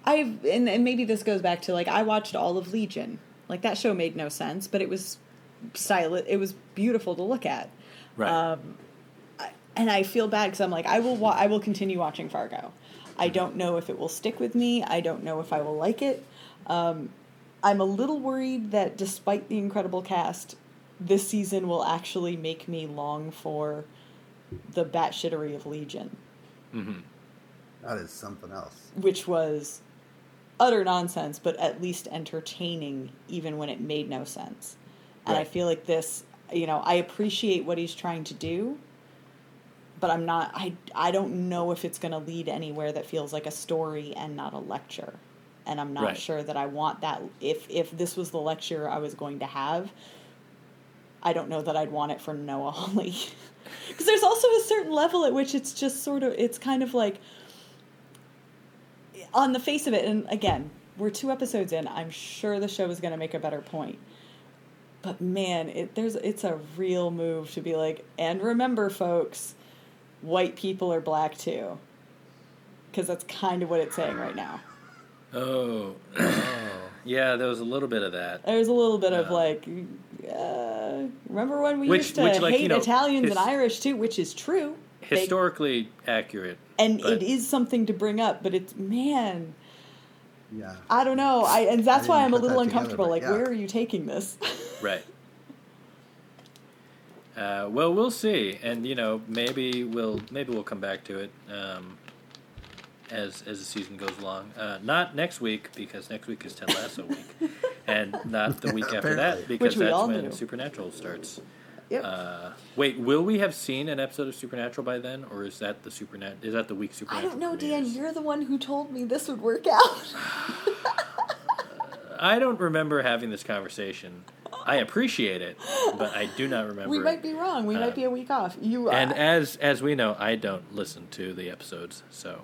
Speaker 5: I and, and maybe this goes back to like I watched all of Legion. Like that show made no sense, but it was silent. It was beautiful to look at.
Speaker 1: right.
Speaker 5: uh, And Um, I feel bad because I'm like I will wa- I will continue watching Fargo. I
Speaker 1: Mm-hmm.
Speaker 5: don't know if it will stick with me. I don't know if I will like it. Um, I'm a little worried that despite the incredible cast, this season will actually make me long for the batshittery of Legion.
Speaker 1: Mm-hmm.
Speaker 3: That is something else.
Speaker 5: which was utter nonsense, but at least entertaining, even when it made no sense. And I
Speaker 1: Right.
Speaker 5: feel like this, you know, I appreciate what he's trying to do, but I'm not. I I don't know if it's going to lead anywhere that feels like a story and not a lecture. And I'm not
Speaker 1: Right.
Speaker 5: sure that I want that. If if this was the lecture I was going to have, I don't know that I'd want it for Noah Hawley. Because there's also a certain level at which it's just sort of, it's kind of like, on the face of it, and again, we're two episodes in. I'm sure the show is going to make a better point. But man, it, there's it's a real move to be like, and remember, folks, white people are black too, because that's kind of what it's saying right now.
Speaker 1: oh. Yeah, there was a little bit of that.
Speaker 5: There's a little bit of
Speaker 1: Yeah.
Speaker 5: like, uh, remember when we
Speaker 1: Which-
Speaker 5: used to
Speaker 1: which, like,
Speaker 5: hate
Speaker 1: you know,
Speaker 5: Italians
Speaker 1: his-
Speaker 5: and Irish too, which is true. They-
Speaker 1: Historically accurate.
Speaker 5: and
Speaker 1: but-
Speaker 5: it is something to bring up, but it's man,
Speaker 3: Yeah.
Speaker 5: I don't know. I and that's
Speaker 3: I
Speaker 5: why
Speaker 3: didn't
Speaker 5: I'm a
Speaker 3: put
Speaker 5: little
Speaker 3: that together,
Speaker 5: uncomfortable.
Speaker 3: but
Speaker 5: like,
Speaker 3: yeah.
Speaker 5: where are you taking this?
Speaker 1: Right. Uh, well, we'll see, and you know, maybe we'll maybe we'll come back to it um, as as the season goes along. Uh, not next week because next week is Ted Lasso week, and not the week after that
Speaker 3: Apparently.
Speaker 1: because
Speaker 5: Which we
Speaker 1: that's
Speaker 5: all
Speaker 1: when
Speaker 5: knew.
Speaker 1: Supernatural starts.
Speaker 5: Yep.
Speaker 1: Uh, wait, will we have seen an episode of Supernatural by then, or is that the Supernat? Is that the week
Speaker 10: I
Speaker 1: Supernatural?
Speaker 10: don't know, Dan.
Speaker 1: premieres?
Speaker 10: You're the one who told me this would work out.
Speaker 1: I don't remember having this conversation. I appreciate it, but I do not remember.
Speaker 5: we might be wrong. We
Speaker 1: Uh,
Speaker 5: might be a week off. You uh,
Speaker 1: and as as we know, I don't listen to the episodes, so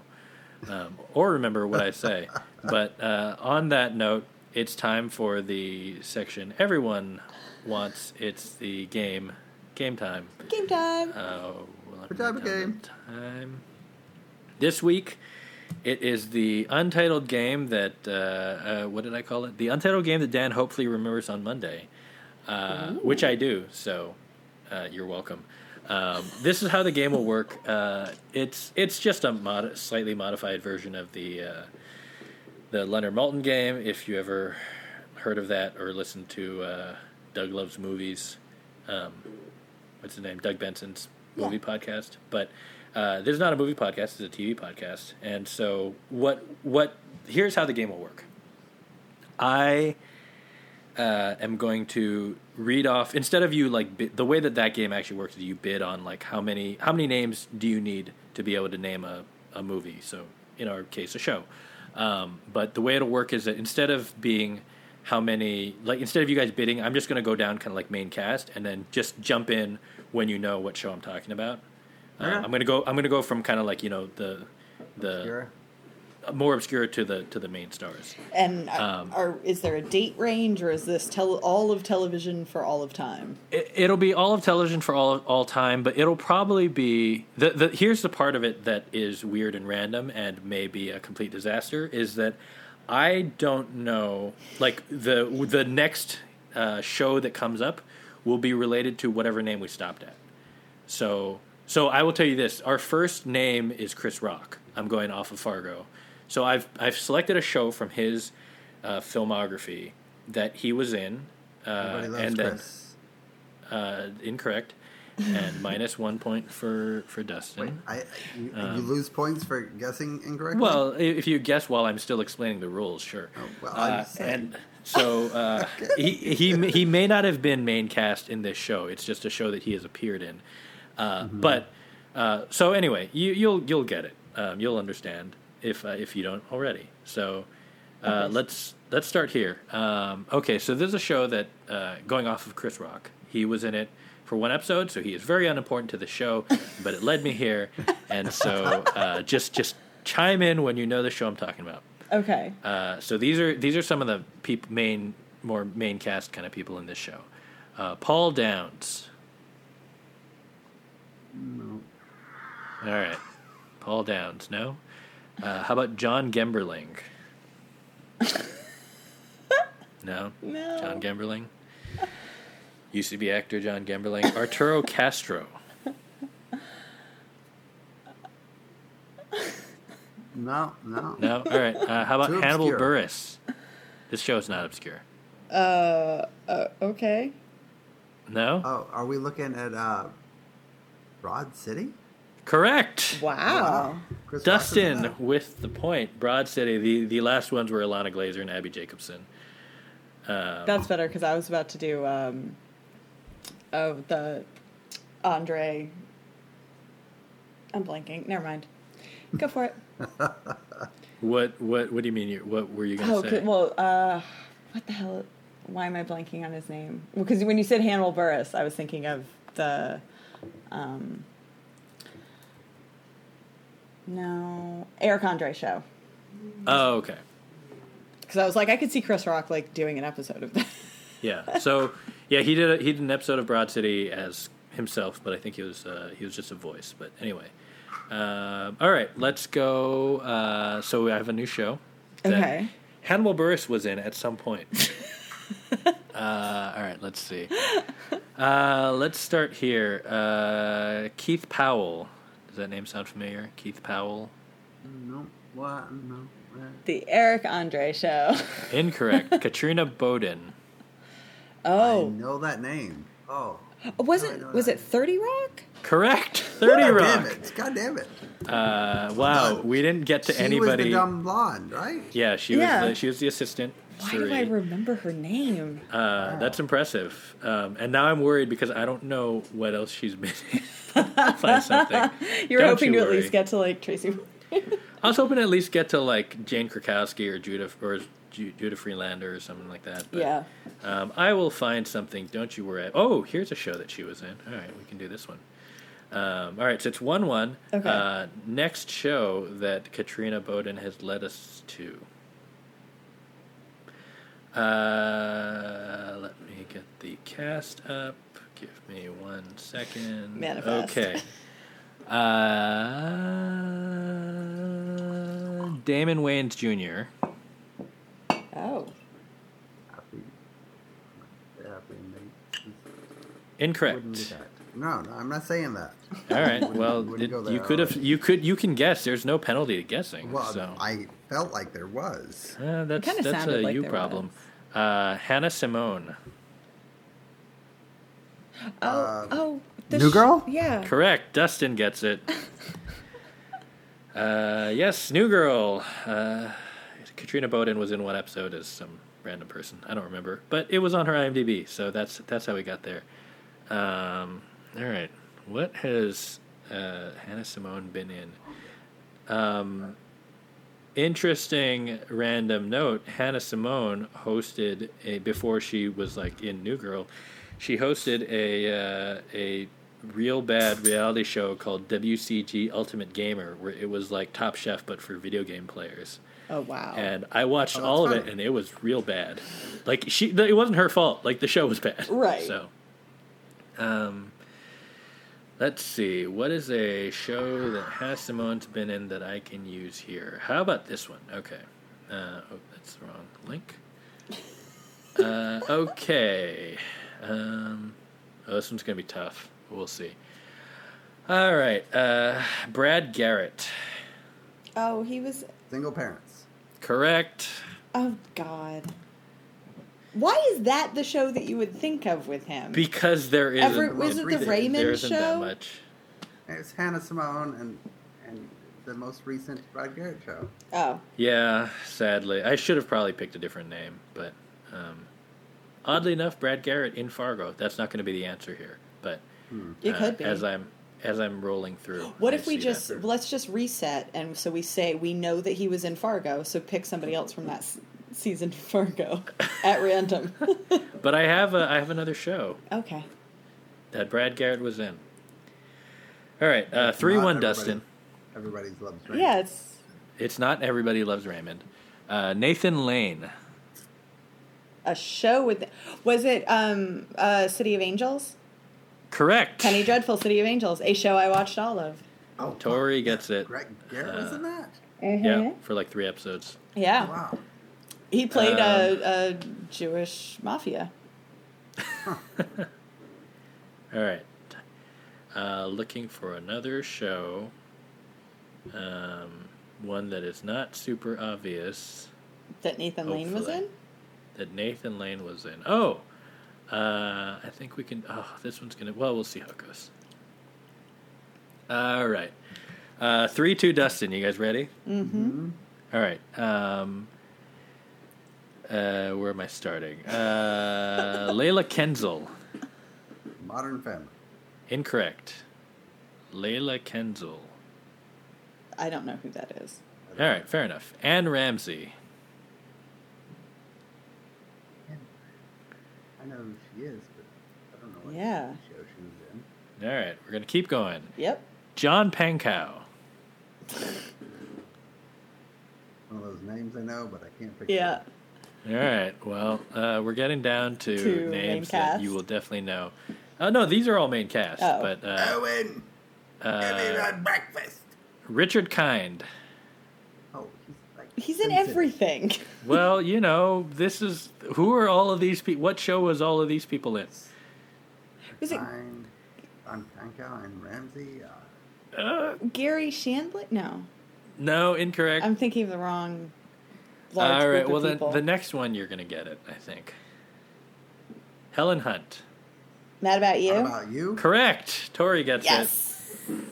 Speaker 1: um, or remember what I say. But uh, on that note, it's time for the section everyone wants. It's the game, game time.
Speaker 5: game time.
Speaker 1: Uh, well, I'm
Speaker 3: What type of
Speaker 1: gonna
Speaker 3: game?
Speaker 1: count the Time. This week, it is the Untitled game that uh, uh, what did I call it? The Untitled game that Dan hopefully remembers on Monday, uh, which I do. So uh, you're welcome. Um, this is how the game will work. Uh, it's it's just a mod- slightly modified version of the uh, the Leonard Malton game. If you ever heard of that or listened to uh, Doug Loves Movies, um, what's his name, Doug Benson's movie podcast. But uh, this is not a movie podcast; it's a TV podcast. And so, what what here's how the game will work. I uh, am going to read off instead of you like bi- the way that that game actually works is you bid on like how many how many names do you need to be able to name a, a movie. So in our case, a show. Um, but the way it'll work is that instead of being how many, like instead of you guys bidding, I'm just going to go down kind of like main cast and then just jump in when you know what show I'm talking about. Um,
Speaker 3: Alright.
Speaker 1: I'm gonna go. I'm gonna go from kind of like you know the the
Speaker 3: Sure.
Speaker 1: more obscure to the to the main stars.
Speaker 8: And uh, are, is there a date range, or is this tele- all of television for all of time?
Speaker 1: it, it'll be all of television for all all time, but it'll probably be the, the here's the part of it that is weird and random and may be a complete disaster is that I don't know like the the next uh, show that comes up will be related to whatever name we stopped at. So so I will tell you this: our first name is Chris Rock. I'm going off of Fargo. So I've I've selected a show from his uh, filmography that he was in. Uh,
Speaker 3: Everybody loves
Speaker 1: and then-
Speaker 3: Chris.
Speaker 1: uh, incorrect, and minus one point for for Dustin.
Speaker 3: I, I- you, you lose points for guessing incorrectly.
Speaker 1: Uh, Well, i- if you guess while I'm still explaining the rules, sure.
Speaker 3: well, I'm
Speaker 1: uh,
Speaker 3: just saying.
Speaker 1: and so uh, he he he may not have been main cast in this show. It's just a show that he has appeared in. Uh, But uh, so anyway, you, you'll you'll get it. Um, you'll understand if uh, if you don't already. So uh, let's let's start here. Um, okay, so there's a show that uh, going off of Chris Rock. He was in it for one episode, so he is very unimportant to the show. but it led me here, and so uh, just just chime in when you know the show I'm talking about.
Speaker 5: Okay.
Speaker 1: Uh, so these are these are some of the peop- main more main cast kind of people in this show. Uh, Paul Downs. No. All right, Paul Downs. No. Uh, how about John Gemberling? no. No. John Gemberling. UCB actor John Gemberling. Arturo Castro.
Speaker 3: no, no,
Speaker 1: No. All right. Uh, how about
Speaker 3: Too
Speaker 1: Hannibal
Speaker 3: obscure.
Speaker 1: Burris? This show is not obscure.
Speaker 5: Okay.
Speaker 1: No.
Speaker 3: Oh, are we looking at uh, Broad City?
Speaker 1: Correct.
Speaker 5: Oh. Wow.
Speaker 3: Chris Rock is in
Speaker 1: Dustin
Speaker 3: that?
Speaker 1: with the point. Broad City. The the last ones were Alana Glazer and Abby Jacobson.
Speaker 5: That's better because I was about to do um, oh the
Speaker 8: Andre, I'm blanking. Never mind. Go for it.
Speaker 1: What what what do you mean? You, what were you going to
Speaker 5: oh
Speaker 1: say?
Speaker 5: okay, well uh, what the hell? Why am I blanking on his name? Because when you said Hannibal Burris, I was thinking of the um,
Speaker 8: No, Eric Andre show.
Speaker 1: oh, okay.
Speaker 5: because I was like I could see Chris Rock like doing an episode of that.
Speaker 1: Yeah. So yeah, he did a, he did an episode of Broad City as himself, but I think he was uh, he was just a voice. But anyway, Um all right, let's go. Uh, so I have a new show. that
Speaker 5: Okay.
Speaker 1: Hannibal Burris was in at some point. uh, all right, let's see. Uh, let's start here. Uh, Keith Powell. Does that name sound familiar? Keith Powell.
Speaker 3: No, what? No. what?
Speaker 5: The Eric Andre show.
Speaker 1: Incorrect. Katrina Bowden.
Speaker 5: Oh,
Speaker 3: I know that name. Oh,
Speaker 8: Was
Speaker 3: I
Speaker 8: it
Speaker 3: know
Speaker 8: was
Speaker 3: that.
Speaker 8: it Thirty Rock?
Speaker 1: Correct. Thirty
Speaker 3: God
Speaker 1: Rock.
Speaker 3: Damn it! God damn it!
Speaker 1: Uh, wow, we didn't get to
Speaker 3: she was
Speaker 1: anybody.
Speaker 3: the dumb blonde, right?
Speaker 1: Yeah, she
Speaker 5: Yeah.
Speaker 1: was the, she was the assistant.
Speaker 5: Why
Speaker 1: Suri.
Speaker 5: do I remember her name?
Speaker 1: uh, That's impressive. Um, and now I'm worried because I don't know what else she's been. in. Find something.
Speaker 5: You're
Speaker 1: Don't
Speaker 5: hoping
Speaker 1: you
Speaker 5: to at
Speaker 1: worry.
Speaker 5: least get to like Tracy.
Speaker 1: I was hoping to at least get to like Jane Krakowski or Judah or Ju- Judah Freelander or something like that. But,
Speaker 5: Yeah.
Speaker 1: Um, I will find something. Don't you worry. Oh, here's a show that she was in. All right, we can do this one. Um, all right, so it's one one.
Speaker 5: Okay.
Speaker 1: Uh, next show that Katrina Bowden has led us to. Uh, let me get the cast up. Give me one second.
Speaker 5: Manifest.
Speaker 1: Okay. Uh, Damon Wayans Jr.
Speaker 5: Oh,
Speaker 3: Happy, happy name. Wouldn't do
Speaker 1: Incorrect.
Speaker 3: that. No, no, I'm not saying that.
Speaker 1: All right.
Speaker 3: Wouldn't-
Speaker 1: Well,
Speaker 3: wouldn't
Speaker 1: it-
Speaker 3: go there,
Speaker 1: you could have.
Speaker 3: alright.
Speaker 1: You could. You can guess. There's no penalty to guessing.
Speaker 3: Well,
Speaker 1: so
Speaker 3: I felt like there was.
Speaker 1: uh, that's
Speaker 5: kinda
Speaker 1: that's a
Speaker 5: sounded like
Speaker 1: you
Speaker 5: there
Speaker 1: problem. Uh, Hannah Simone.
Speaker 5: oh,
Speaker 3: Uh,
Speaker 5: oh. the
Speaker 3: New
Speaker 5: sh-
Speaker 3: Girl?
Speaker 5: Yeah.
Speaker 1: Correct. Dustin gets it. uh, yes, New Girl. Uh, Katrina Bowden was in one episode as some random person. I don't remember, but it was on her IMDb, so that's that's how we got there. Um, all right, what has uh, Hannah Simone been in? Um, Interesting random note: Hannah Simone hosted a before she was like in New Girl. She hosted a uh, a real bad reality show called WCG Ultimate Gamer, where it was like Top Chef but for video game players.
Speaker 5: Oh wow!
Speaker 1: And I watched all of it, and it was real bad. Like she, it wasn't her fault. Like the show was bad.
Speaker 5: Right.
Speaker 1: So, um, let's see. What is a show that has Simone's been in that I can use here? How about this one? Okay. Uh, oh, that's the wrong link. Uh, okay. Um, oh, this one's gonna be tough. We'll see. All right. Uh, Brad Garrett.
Speaker 5: Oh, he was.
Speaker 3: Single parents.
Speaker 1: Correct.
Speaker 5: Oh God. Why is that the show that you would think of with him?
Speaker 1: Because there is
Speaker 5: Ever- was it the Raymond
Speaker 1: there isn't that
Speaker 5: show?
Speaker 1: much.
Speaker 3: It's Hannah Simone and and the most recent Brad Garrett show.
Speaker 5: oh,
Speaker 1: Yeah, sadly, I should have probably picked a different name, but um, oddly enough, Brad Garrett in Fargo. That's not going to be the answer here, but
Speaker 3: Hmm.
Speaker 5: it
Speaker 1: uh,
Speaker 5: could be.
Speaker 1: as I'm as I'm rolling through.
Speaker 5: what
Speaker 1: I
Speaker 5: if we
Speaker 1: see
Speaker 5: just
Speaker 1: that.
Speaker 5: let's just reset and so we say we know that he was in Fargo, so pick somebody else from that s- season Fargo at random.
Speaker 1: But I have a, I have another show
Speaker 5: okay.
Speaker 1: that Brad Garrett was in. All right, uh, three
Speaker 3: Not
Speaker 1: one,
Speaker 3: everybody-
Speaker 1: Dustin.
Speaker 3: Everybody's loves Raymond.
Speaker 5: Yeah, it's
Speaker 1: It's not everybody loves Raymond. Uh, Nathan Lane.
Speaker 5: a show with. Was it um uh City of Angels?
Speaker 1: Correct.
Speaker 5: Penny Dreadful, City of Angels, a show I watched all of.
Speaker 3: Oh,
Speaker 1: Tori gets it.
Speaker 3: Greg Garrett was in that.
Speaker 1: Yeah, for like three episodes.
Speaker 5: Yeah,
Speaker 3: Wow.
Speaker 5: he played
Speaker 1: Um,
Speaker 5: a, a Jewish mafia.
Speaker 1: All right. Uh, looking for another show. Um, one that is not super obvious
Speaker 5: that Nathan Lane was in?
Speaker 1: Hopefully. that Nathan Lane was in. Oh, uh, I think we can. Oh, this one's gonna. Well, we'll see how it goes. All right. Uh, three, two, Dustin. You guys ready? Mm-hmm. right. Um, uh, where am I starting? Uh, Layla Kenzel.
Speaker 3: Modern Family.
Speaker 1: Incorrect. Layla Kenzel.
Speaker 5: I don't know who that is.
Speaker 1: All right, fair enough. Anne Ramsey.
Speaker 3: I know who she is, but I don't know what
Speaker 5: Yeah.
Speaker 3: show she was in.
Speaker 1: All right, we're going to keep going.
Speaker 5: Yep.
Speaker 1: John Pankow.
Speaker 3: One of those names I know, but I can't picture.
Speaker 5: Yeah.
Speaker 1: All right, well, uh, we're getting down to,
Speaker 5: To main
Speaker 1: names that
Speaker 5: cast.
Speaker 1: you will definitely know. Oh, no, these are all main cast,
Speaker 5: Oh.
Speaker 1: but
Speaker 3: it.
Speaker 1: uh,
Speaker 3: Owen, give me
Speaker 1: uh,
Speaker 3: that breakfast.
Speaker 1: Richard Kind.
Speaker 3: Oh, he's like
Speaker 5: He's in
Speaker 3: Simpson.
Speaker 5: everything.
Speaker 1: Well, you know, this is who are all of these people? What show was all of these people in?
Speaker 5: Was it
Speaker 3: Fine. I'm Pankow and Ramsey. Uh,
Speaker 1: Uh,
Speaker 5: Gary Shandling? No.
Speaker 1: no, incorrect.
Speaker 5: I'm thinking of the wrong large
Speaker 1: all right,
Speaker 5: group
Speaker 1: well,
Speaker 5: of
Speaker 1: then
Speaker 5: people.
Speaker 1: the next one you're going to get it, I think. Helen Hunt.
Speaker 5: Mad About You?
Speaker 3: What about you?
Speaker 1: Correct. Tori gets
Speaker 5: yes.
Speaker 1: it.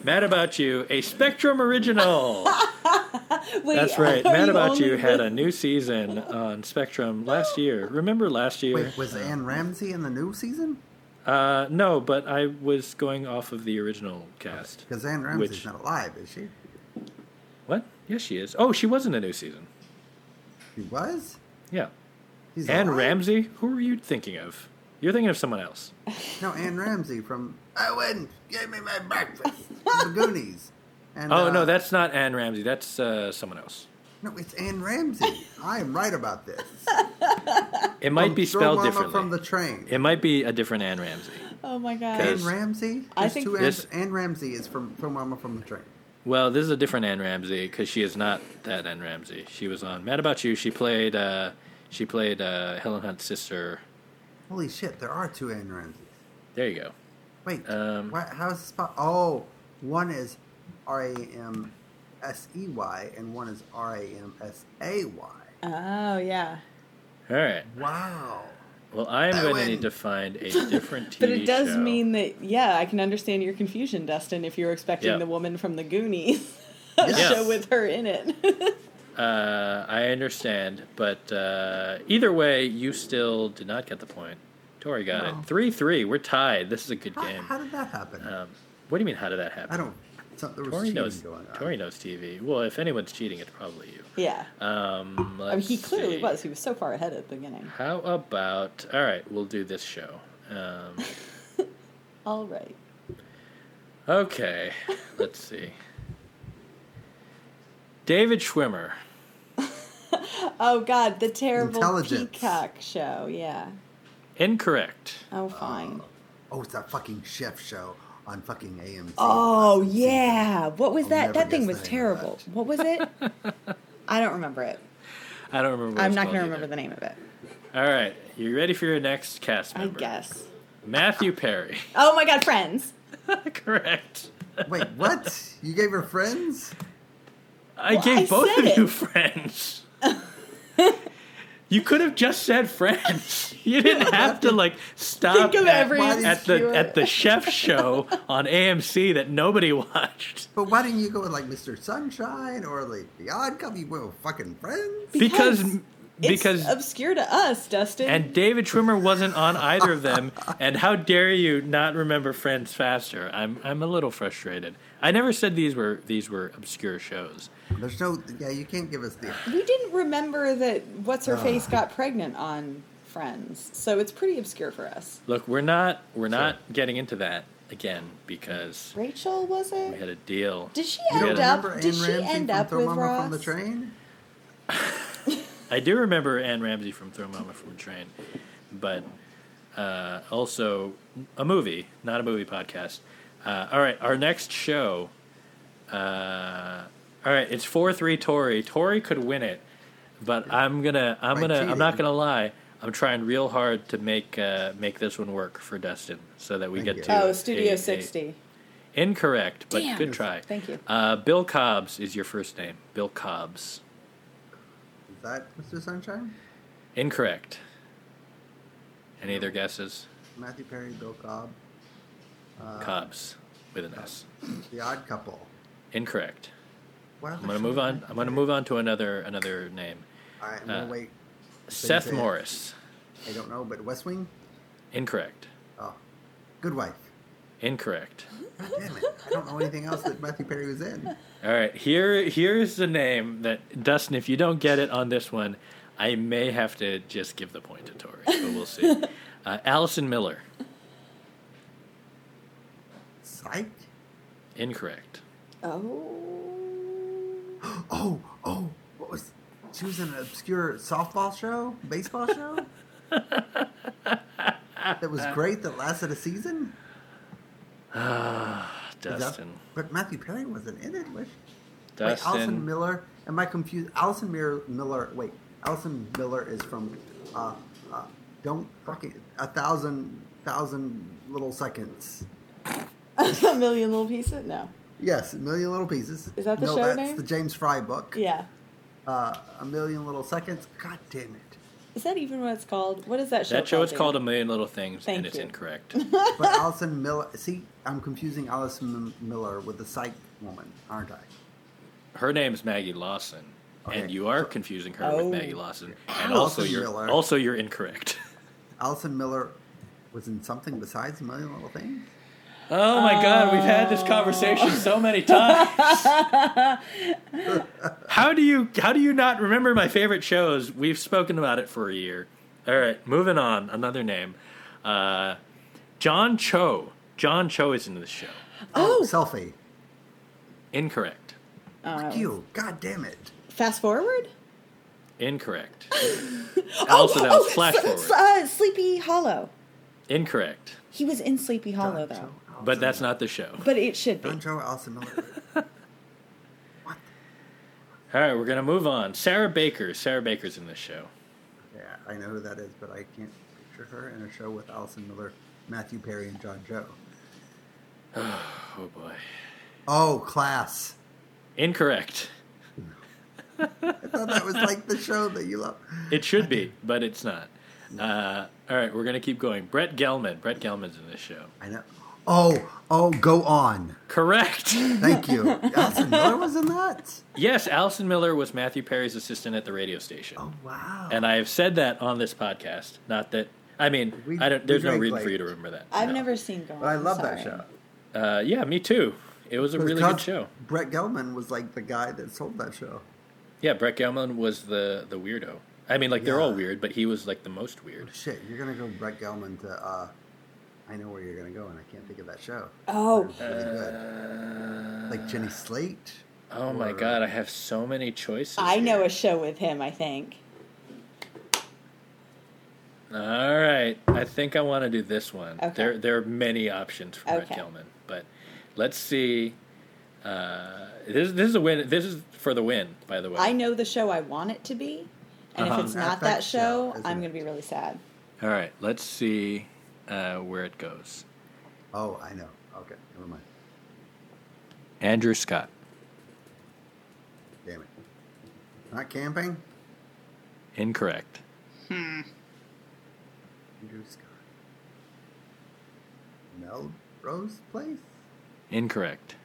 Speaker 1: Mad About You, a Spectrum original.
Speaker 5: Wait,
Speaker 1: That's right.
Speaker 5: are
Speaker 1: Mad About
Speaker 5: only
Speaker 1: You had
Speaker 5: the-
Speaker 1: a new season on Spectrum last year. Remember last year?
Speaker 3: Wait, was Anne Ramsey in the new season?
Speaker 1: Uh, no, but I was going off of the original cast.
Speaker 3: Because Anne Ramsey's
Speaker 1: Which-
Speaker 3: not alive, is she?
Speaker 1: What? Yes, she is. Oh, she was in the new season.
Speaker 3: She was.
Speaker 1: Yeah.
Speaker 3: She's
Speaker 1: Anne
Speaker 3: alive?
Speaker 1: Ramsey? Who were you thinking of? You're thinking of someone else.
Speaker 3: No, Anne Ramsey from Owen. Give me my breakfast. the Goonies. And,
Speaker 1: Oh,
Speaker 3: uh,
Speaker 1: no, that's not Anne Ramsey. That's uh, someone else.
Speaker 3: no, it's Anne Ramsey. I am right about this.
Speaker 1: It might
Speaker 3: From
Speaker 1: be spelled
Speaker 3: Stormama
Speaker 1: differently.
Speaker 3: From the train.
Speaker 1: It might be a different Anne Ramsey.
Speaker 5: Oh my God.
Speaker 1: Okay.
Speaker 3: Anne Ramsey.
Speaker 5: I
Speaker 3: There's
Speaker 5: think-
Speaker 3: two
Speaker 1: This-
Speaker 3: Anne, Anne Ramsey is from from Mama from the Train.
Speaker 1: Well, this is a different Anne Ramsey because she is not that Anne Ramsey. She was on Mad About You. She played uh, she played uh, Helen Hunt's sister.
Speaker 3: Holy shit! There are two Anne Ramseys.
Speaker 1: There you go.
Speaker 3: Wait,
Speaker 1: Um,
Speaker 3: what, how is the spot? Oh, one is R A M S E Y and one is R A M S A Y.
Speaker 5: Oh, yeah.
Speaker 1: All right.
Speaker 3: Wow.
Speaker 1: Well, I'm going to
Speaker 3: Owen.
Speaker 1: need to find a different TV
Speaker 5: But it does
Speaker 1: show.
Speaker 5: mean that, yeah, I can understand your confusion, Dustin, if you were expecting
Speaker 1: Yeah.
Speaker 5: the woman from the Goonies. A
Speaker 1: Yes.
Speaker 5: show with her in it.
Speaker 1: Uh, I understand, but uh, either way, you still did not get the point. Tori got it. Three three. We're tied. This is a good
Speaker 3: How,
Speaker 1: game.
Speaker 3: how did that happen?
Speaker 1: Um, what do you mean? How did that happen?
Speaker 3: I don't. So, there was
Speaker 1: Uh, Tori
Speaker 3: cheating
Speaker 1: knows.
Speaker 3: going on.
Speaker 1: Tori knows TV. Well, if anyone's cheating, it's probably you.
Speaker 8: Yeah.
Speaker 1: Um,
Speaker 8: I mean,
Speaker 1: let's
Speaker 8: he clearly
Speaker 1: see.
Speaker 8: was. He was so far ahead at the beginning.
Speaker 1: How about? All right, we'll do this show. Um,
Speaker 8: All right.
Speaker 1: okay, let's see. David Schwimmer.
Speaker 8: Oh God, the terrible
Speaker 3: Intelligence.
Speaker 8: Peacock show. Yeah.
Speaker 1: Incorrect.
Speaker 8: Oh, fine.
Speaker 3: Oh, it's that fucking chef show on fucking AMC.
Speaker 8: Oh
Speaker 3: Last
Speaker 8: yeah, what was
Speaker 3: I'll
Speaker 8: that?
Speaker 3: never
Speaker 8: That thing
Speaker 3: guess
Speaker 8: was
Speaker 3: the name of
Speaker 8: terrible.
Speaker 3: that.
Speaker 8: What was it?
Speaker 5: I don't remember it.
Speaker 1: I don't remember. What
Speaker 5: I'm
Speaker 1: it's
Speaker 5: not
Speaker 1: called
Speaker 5: going to remember
Speaker 1: either.
Speaker 5: the name of it.
Speaker 1: All right, you ready for your next cast
Speaker 5: I
Speaker 1: member?
Speaker 5: guess.
Speaker 1: Matthew Perry.
Speaker 5: Oh my God, Friends.
Speaker 1: Correct.
Speaker 3: season. Wait, what? You gave her friends?
Speaker 1: I
Speaker 8: I
Speaker 1: gave both
Speaker 8: said
Speaker 1: of
Speaker 8: it.
Speaker 1: you friends. you could have just said friends. You didn't have to like stop
Speaker 5: Think of
Speaker 1: Uh, at,
Speaker 5: every
Speaker 1: at the
Speaker 5: obscure-
Speaker 1: at the chef show on AMC that nobody watched
Speaker 3: But why didn't you go with like Mr. Sunshine or like the Odd Couple? You were fucking friends.
Speaker 1: because
Speaker 8: Because It's
Speaker 1: because
Speaker 8: obscure to us, Dustin.
Speaker 1: and David Schwimmer wasn't on either of them. And how dare you not remember Friends faster? I'm I'm a little frustrated. I never said these were these were obscure shows.
Speaker 3: There's no. Yeah, you can't give us the.
Speaker 8: we didn't remember that what's her face got pregnant on Friends, so it's pretty obscure for us.
Speaker 1: Look, we're not we're not getting into that again because
Speaker 8: Rachel was
Speaker 1: we
Speaker 8: it?
Speaker 1: had a deal.
Speaker 8: Did she
Speaker 1: You
Speaker 8: end
Speaker 1: don't
Speaker 8: up?
Speaker 3: Remember
Speaker 8: Did
Speaker 3: Ayn
Speaker 8: she
Speaker 3: Ramsey
Speaker 8: end
Speaker 3: from
Speaker 8: up
Speaker 3: Throw
Speaker 8: with
Speaker 3: Mama
Speaker 8: Ross?
Speaker 3: from the train?
Speaker 1: I do remember Anne Ramsey from Throw Mama from a Train, but uh, also a movie, not a movie podcast. Uh, all right, our next show. Uh, all right, it's four three Tory. Tory could win it, but I'm gonna I'm
Speaker 3: By
Speaker 1: gonna I'm not
Speaker 3: cheating.
Speaker 1: gonna lie. I'm trying real hard to make uh, make this one work for Dustin, so that we
Speaker 3: Thank
Speaker 1: get
Speaker 3: you.
Speaker 1: to
Speaker 8: Oh,
Speaker 1: a-
Speaker 8: Studio
Speaker 1: a-
Speaker 8: sixty.
Speaker 1: Incorrect, but
Speaker 8: Damn.
Speaker 1: good try.
Speaker 8: Thank you.
Speaker 1: Uh, Bill Cobbs is your first name. Bill Cobbs.
Speaker 3: Is that Mr. Sunshine?
Speaker 1: Incorrect. Any other guesses?
Speaker 3: Matthew Perry, Bill Cobb, Uh,
Speaker 1: Cobbs with an S.
Speaker 3: The Odd Couple.
Speaker 1: Incorrect.
Speaker 3: What
Speaker 1: I'm gonna move on. I'm gonna move on to another another name.
Speaker 3: All right, I'm gonna
Speaker 1: uh,
Speaker 3: wait.
Speaker 1: Seth
Speaker 3: say it.
Speaker 1: Morris.
Speaker 3: I don't know, but West Wing.
Speaker 1: Incorrect.
Speaker 3: Oh, Good Wife.
Speaker 1: Incorrect.
Speaker 3: God damn it! I don't know anything else that Matthew Perry was in.
Speaker 1: All right. Here here's the name that Dustin. If you don't get it on this one, I may have to just give the point to Tori, but we'll see. Uh, Allison Miller.
Speaker 3: Psych.
Speaker 1: Incorrect.
Speaker 8: Oh.
Speaker 3: Oh, oh, what was? She was in an obscure softball show, baseball show. that was great. That lasted a season. Is that-
Speaker 1: Dustin.
Speaker 3: but Matthew Perry wasn't in it. Was she? Wait, Allison
Speaker 1: Dustin.
Speaker 3: Miller. Am I confused? Allison Mir- Miller. Wait, Allison Miller is from. Uh, uh, don't fucking a thousand thousand little seconds.
Speaker 8: a million little pieces? No.
Speaker 3: Yes, a million little pieces.
Speaker 8: Is that the
Speaker 3: no,
Speaker 8: show
Speaker 3: that's
Speaker 8: name?
Speaker 3: the James Fry book.
Speaker 8: Yeah.
Speaker 3: Uh, a million little seconds. God damn it!
Speaker 8: Is that even what it's called? What is that show?
Speaker 1: That show is called A
Speaker 8: David?
Speaker 1: Million Little Things, and
Speaker 8: Thank
Speaker 1: it's
Speaker 8: you.
Speaker 1: incorrect.
Speaker 3: But Allison Miller. See, I'm confusing Allison M- Miller with the psych woman, aren't I?
Speaker 1: her name's Maggie Lawson, and
Speaker 3: Okay.
Speaker 1: you are confusing her with
Speaker 5: Oh.
Speaker 1: Maggie Lawson, and also
Speaker 3: Allison
Speaker 1: you're
Speaker 3: Miller.
Speaker 1: also you're incorrect.
Speaker 3: Allison Miller was in something besides a million little things.
Speaker 1: Oh my God, we've had this conversation so many times. how do you how do you not remember my favorite shows? We've spoken about it for a year. All right, moving on. Another name, uh, John Cho. John Cho is into the show.
Speaker 3: Oh, selfie.
Speaker 1: Incorrect.
Speaker 3: Fuck you. God damn it.
Speaker 8: Fast forward.
Speaker 1: Incorrect. also, that
Speaker 5: Oh,
Speaker 1: was flash forward.
Speaker 8: S- uh, Sleepy Hollow.
Speaker 1: Incorrect.
Speaker 8: He was in Sleepy Hollow though,
Speaker 1: But that's not the show.
Speaker 8: but it should be.
Speaker 3: Don't show Allison Miller.
Speaker 1: All right, we're gonna move on. Sarah Baker. Sarah Baker's in this show.
Speaker 3: yeah, I know who that is, but I can't picture her in a show with Allison Miller, Matthew Perry, and John Joe.
Speaker 1: Oh boy.
Speaker 3: Oh, class.
Speaker 1: Incorrect.
Speaker 3: I thought that was like the show that you love.
Speaker 1: It should be, but it's not. Uh, all right, we're gonna keep going. Brett Gelman. Brett Gelman's in this show.
Speaker 3: I know. Oh, oh, go on.
Speaker 1: Correct.
Speaker 3: Thank you. Allison Miller was in that?
Speaker 1: yes, Allison Miller was Matthew Perry's assistant at the radio station,
Speaker 3: Oh, wow.
Speaker 1: and I have said that on this podcast. Not that I mean,
Speaker 3: We-
Speaker 1: I
Speaker 3: we
Speaker 1: don't. There's no
Speaker 3: drank
Speaker 1: reason
Speaker 3: late.
Speaker 1: for you to remember that.
Speaker 8: I've
Speaker 1: No.
Speaker 8: never seen Gone.
Speaker 3: But I love
Speaker 8: sorry.
Speaker 3: that show.
Speaker 1: Uh, yeah, me too. It was a really
Speaker 3: Because
Speaker 1: good show.
Speaker 3: Brett Gelman was like the guy that sold that show.
Speaker 1: Yeah, Brett Gelman was the the weirdo. I mean, like they're all
Speaker 3: Yeah.
Speaker 1: weird, but he was like the most weird.
Speaker 3: Shit, you're gonna go Brett Gelman to. uh I know where you're gonna go, and I can't think of that show.
Speaker 5: Oh,
Speaker 3: It's really good. Like Jenny Slate.
Speaker 1: Oh my
Speaker 3: Or-
Speaker 1: god, I have so many choices.
Speaker 5: I
Speaker 1: here.
Speaker 5: know a show with him. I think.
Speaker 1: All right, I think I want to do this one.
Speaker 5: Okay.
Speaker 1: There, there are many options for
Speaker 5: Okay.
Speaker 1: Brett Gelman, but let's see. Uh, this, this is a win. This is for the win, by the way.
Speaker 5: I know the show I want it to be, and
Speaker 1: Uh-huh.
Speaker 5: if it's not that
Speaker 3: FX show,
Speaker 5: show,
Speaker 3: isn't
Speaker 5: I'm
Speaker 3: it?
Speaker 5: going to be really sad.
Speaker 1: All right, let's see uh, where it goes.
Speaker 3: Oh, I know. Okay, never mind.
Speaker 1: Andrew Scott.
Speaker 3: Damn it. Not camping.
Speaker 1: Incorrect.
Speaker 3: Andrew Scott. Melrose Place.
Speaker 1: Incorrect.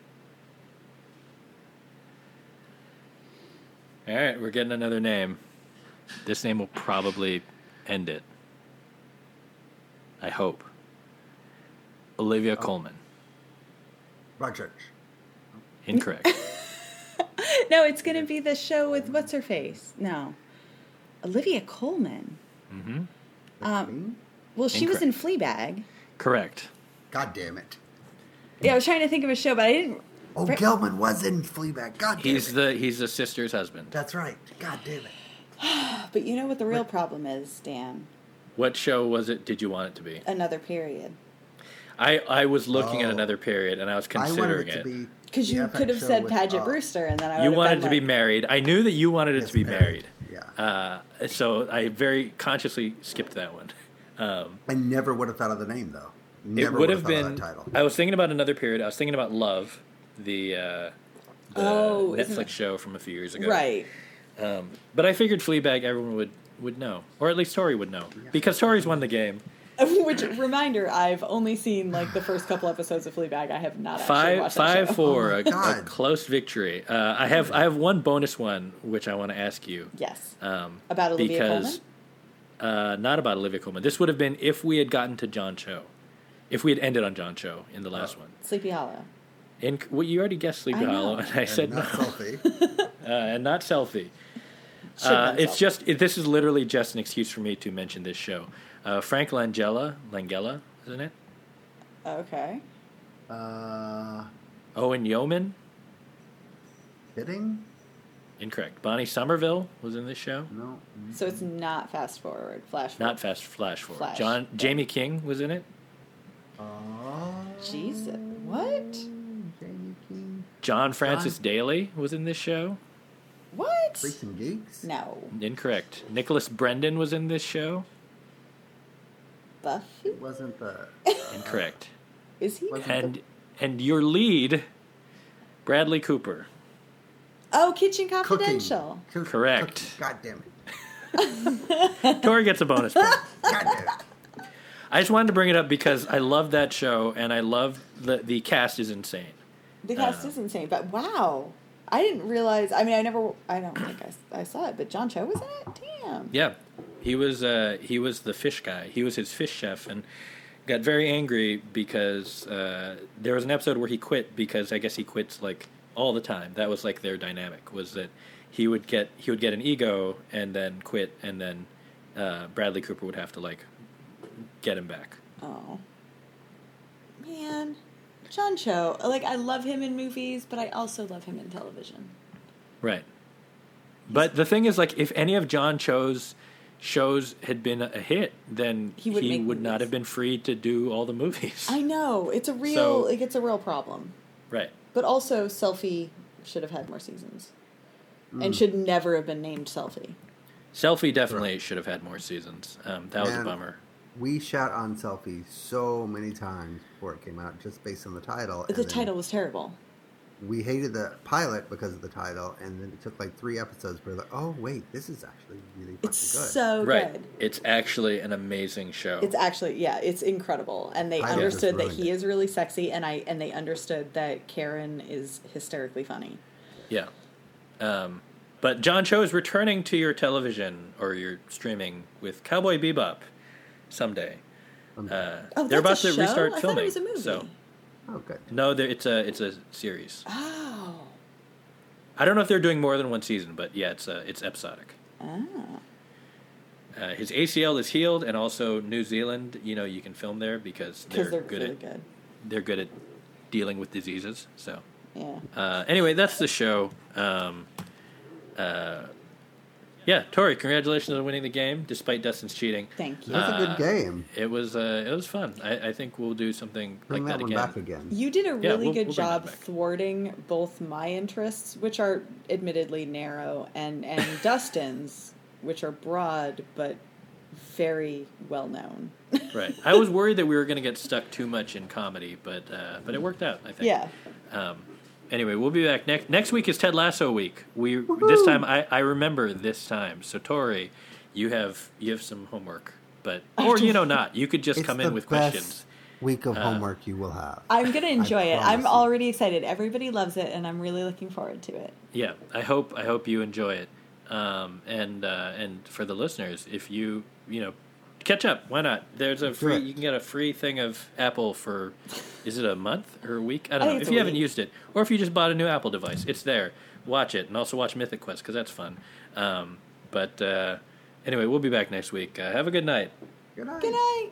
Speaker 1: All right, we're getting another name. This name will probably end it. I hope.
Speaker 3: Oh.
Speaker 1: Olivia Coleman.
Speaker 3: Broadchurch.
Speaker 1: Incorrect.
Speaker 11: No, it's going to be the show with what's her face? No. Olivia Coleman.
Speaker 1: Mm-hmm.
Speaker 3: The
Speaker 5: Um,
Speaker 3: Queen?
Speaker 11: Well, she was in Fleabag.
Speaker 1: Correct.
Speaker 3: God damn it.
Speaker 11: Yeah, I was trying to think of a show, but I didn't.
Speaker 3: Oh, Gelman was in Fleabag. God damn
Speaker 1: He's
Speaker 3: it.
Speaker 1: the he's the sister's husband.
Speaker 3: That's right. God damn it.
Speaker 5: But you know what the real problem is, Dan?
Speaker 1: What show was it? Did you want it to be?
Speaker 5: Another period.
Speaker 1: I I was looking at
Speaker 3: Oh.
Speaker 1: another period and I was
Speaker 3: I wanted
Speaker 1: considering
Speaker 3: it to
Speaker 1: it.
Speaker 3: be.
Speaker 5: Because
Speaker 3: the
Speaker 5: you
Speaker 3: FX
Speaker 5: could have
Speaker 3: show
Speaker 5: said
Speaker 3: with,
Speaker 5: Paget
Speaker 3: uh,
Speaker 5: Brewster, and then I would
Speaker 1: You
Speaker 5: have
Speaker 1: wanted
Speaker 5: been
Speaker 1: to be
Speaker 5: like,
Speaker 1: married. I knew that you wanted it
Speaker 3: Yes,
Speaker 1: to be married.
Speaker 3: married. Yeah.
Speaker 1: Uh, so I very consciously skipped that one. Um,
Speaker 3: I never would have thought of the name though.
Speaker 1: it
Speaker 3: Never
Speaker 1: would have
Speaker 3: thought of
Speaker 1: been.
Speaker 3: that title.
Speaker 1: I was thinking about another period. I was thinking about Love, the, uh, the
Speaker 5: Oh, isn't
Speaker 1: Netflix
Speaker 5: it-
Speaker 1: show from a few years ago.
Speaker 5: Right.
Speaker 1: Um, but I figured Fleabag, everyone would would know, or at least Tori would know, because Tori's won the game.
Speaker 5: Which reminder, I've only seen like the first couple episodes of Fleabag. I have not actually
Speaker 1: Five
Speaker 5: watched
Speaker 1: five
Speaker 5: that show.
Speaker 1: four,
Speaker 3: Oh my
Speaker 1: a, a
Speaker 3: God.
Speaker 1: close victory. Uh, I have I have one bonus one which I want to ask you.
Speaker 5: Yes.
Speaker 1: Um,
Speaker 5: About Olivia
Speaker 1: because, Uh, not about Olivia Coleman. This would have been if we had gotten to John Cho, if we had ended on John Cho in the last
Speaker 3: Oh.
Speaker 1: one.
Speaker 5: Sleepy Hollow.
Speaker 1: In, well, you already guessed Sleepy
Speaker 5: I know.
Speaker 1: Hollow, and I
Speaker 3: And
Speaker 1: said
Speaker 3: not
Speaker 1: no,
Speaker 3: selfie.
Speaker 1: uh, and not selfie.
Speaker 5: Should've
Speaker 1: Uh,
Speaker 5: been
Speaker 1: it's
Speaker 5: Selfie.
Speaker 1: just it, this is literally just an excuse for me to mention this show. Uh, Frank Langella, Langella, isn't it?
Speaker 5: Okay.
Speaker 3: uh,
Speaker 1: Owen Yeoman,
Speaker 3: fitting?
Speaker 1: incorrect. Bonnie Somerville was in this show.
Speaker 3: No.
Speaker 5: So it's not fast forward, flash forward.
Speaker 1: Not fast flash forward.
Speaker 5: Flash.
Speaker 1: John Jamie King was in it.
Speaker 3: Oh.
Speaker 5: Jesus. What?
Speaker 3: Jamie King.
Speaker 1: John Francis Daly was in this show.
Speaker 5: What?
Speaker 3: Freaks and Geeks.
Speaker 5: No.
Speaker 1: Incorrect. Nicholas Brendan was in this show.
Speaker 5: Buffy?
Speaker 3: It wasn't the. uh,
Speaker 1: Incorrect.
Speaker 5: Is he?
Speaker 3: Wasn't the-
Speaker 1: And and your lead, Bradley Cooper.
Speaker 5: Oh, Kitchen
Speaker 3: uh, cooking.
Speaker 5: Confidential.
Speaker 3: Cook-
Speaker 1: Correct.
Speaker 3: cooking. God damn it.
Speaker 1: Tori gets a bonus point.
Speaker 3: God damn it.
Speaker 1: I just wanted to bring it up because I love that show and I love the the cast is insane.
Speaker 5: The cast is insane, but wow. I didn't realize. I mean, I never. I don't think I, s- I saw it, but John Cho was in it? Damn.
Speaker 1: Yeah, he was uh, he was the fish guy. He was his fish chef, and got very angry because uh, there was an episode where he quit because I guess he quits like all the time. That was like their dynamic was that he would get he would get an ego and then quit, and then uh, Bradley Cooper would have to like get him back.
Speaker 5: Oh. Man. John Cho. Like, I love him in movies, but I also love him in television.
Speaker 1: Right. But the thing is, like, if any of John Cho's shows had been a hit, then
Speaker 5: He
Speaker 1: he
Speaker 5: would
Speaker 1: would,
Speaker 5: make movies.
Speaker 1: not have been free to do all the movies.
Speaker 5: I know. It's a real.
Speaker 1: So-
Speaker 5: like, it's a real problem.
Speaker 1: right.
Speaker 5: But also, Selfie should have had more seasons.
Speaker 3: Mm.
Speaker 5: And should never have been named Selfie.
Speaker 1: Selfie definitely should have had more seasons. Um, that was a
Speaker 3: Man.
Speaker 1: bummer.
Speaker 3: We shot on selfie so many times before it came out, just based on the title. and
Speaker 5: The
Speaker 3: then
Speaker 5: title was terrible.
Speaker 3: We hated the pilot because of the title, and then it took like three episodes. We're like, oh wait, this is actually really fucking
Speaker 5: It's
Speaker 3: good.
Speaker 5: so
Speaker 1: right.
Speaker 5: good.
Speaker 1: It's actually an amazing show.
Speaker 5: It's actually yeah, it's incredible, and they
Speaker 3: I think
Speaker 5: understood
Speaker 3: it's
Speaker 5: that
Speaker 3: really
Speaker 5: he
Speaker 3: good.
Speaker 5: is really sexy, and I and they understood that Karen is hysterically funny.
Speaker 1: yeah. Um, but John Cho is returning to your television or your streaming with Cowboy Bebop someday. Uh,
Speaker 5: Oh,
Speaker 1: they're about
Speaker 5: that's a
Speaker 1: to
Speaker 5: show?
Speaker 1: restart
Speaker 5: I thought
Speaker 1: filming.
Speaker 5: it was a movie.
Speaker 1: So
Speaker 3: Oh, good.
Speaker 1: No, there- it's a it's a series.
Speaker 5: Oh.
Speaker 1: I don't know if they're doing more than one season, but yeah, it's uh, it's episodic.
Speaker 5: Ah.
Speaker 1: Uh, his ACL is healed, and also New Zealand. You know, you can film there because they're,
Speaker 5: Because they're,
Speaker 1: good
Speaker 5: really
Speaker 1: at
Speaker 5: good.
Speaker 1: they're good at dealing with diseases. So
Speaker 5: Yeah.
Speaker 1: uh, anyway, that's the show. Um, uh, yeah, Tori, congratulations on winning the game despite Dustin's cheating.
Speaker 5: Thank you.
Speaker 3: That's a
Speaker 1: uh,
Speaker 3: good game.
Speaker 1: It was uh, it was fun. I, I think we'll do something
Speaker 3: Bring
Speaker 1: like
Speaker 3: that,
Speaker 1: that,
Speaker 3: one
Speaker 1: again.
Speaker 3: back again.
Speaker 5: You did a really
Speaker 1: Yeah, we'll- we'll
Speaker 5: good
Speaker 1: bring
Speaker 5: job
Speaker 1: that back.
Speaker 5: thwarting both my interests, which are admittedly narrow, and and Dustin's, which are broad but very well known.
Speaker 1: Right. I was worried that we were going to get stuck too much in comedy, but uh, but it worked out. I think.
Speaker 5: Yeah.
Speaker 1: Um, anyway, we'll be back next next week is Ted Lasso week. We this time I, I remember this time. So Tori, you have you have some homework, but or you know not. You could just
Speaker 3: It's
Speaker 1: come
Speaker 3: the
Speaker 1: in with
Speaker 3: best
Speaker 1: questions. Uh,
Speaker 3: week of homework you will have.
Speaker 5: I'm gonna enjoy it. I'm
Speaker 3: promise you.
Speaker 5: already excited. Everybody loves it, and I'm really looking forward to it.
Speaker 1: Yeah. I hope I hope you enjoy it. Um, and uh, and for the listeners, if you you know catch up, why not? There's a free
Speaker 3: it.
Speaker 1: you can get a free thing of Apple for is it a month or a week? I don't
Speaker 5: think
Speaker 1: know.
Speaker 5: it's
Speaker 1: If
Speaker 5: a
Speaker 1: you haven't
Speaker 5: week.
Speaker 1: used it, or if you just bought a new Apple device, it's there. Watch it, and also watch Mythic Quest because that's fun. Um, but uh, anyway, we'll be back next week. Uh, have a good night.
Speaker 3: Good night.
Speaker 5: Good night.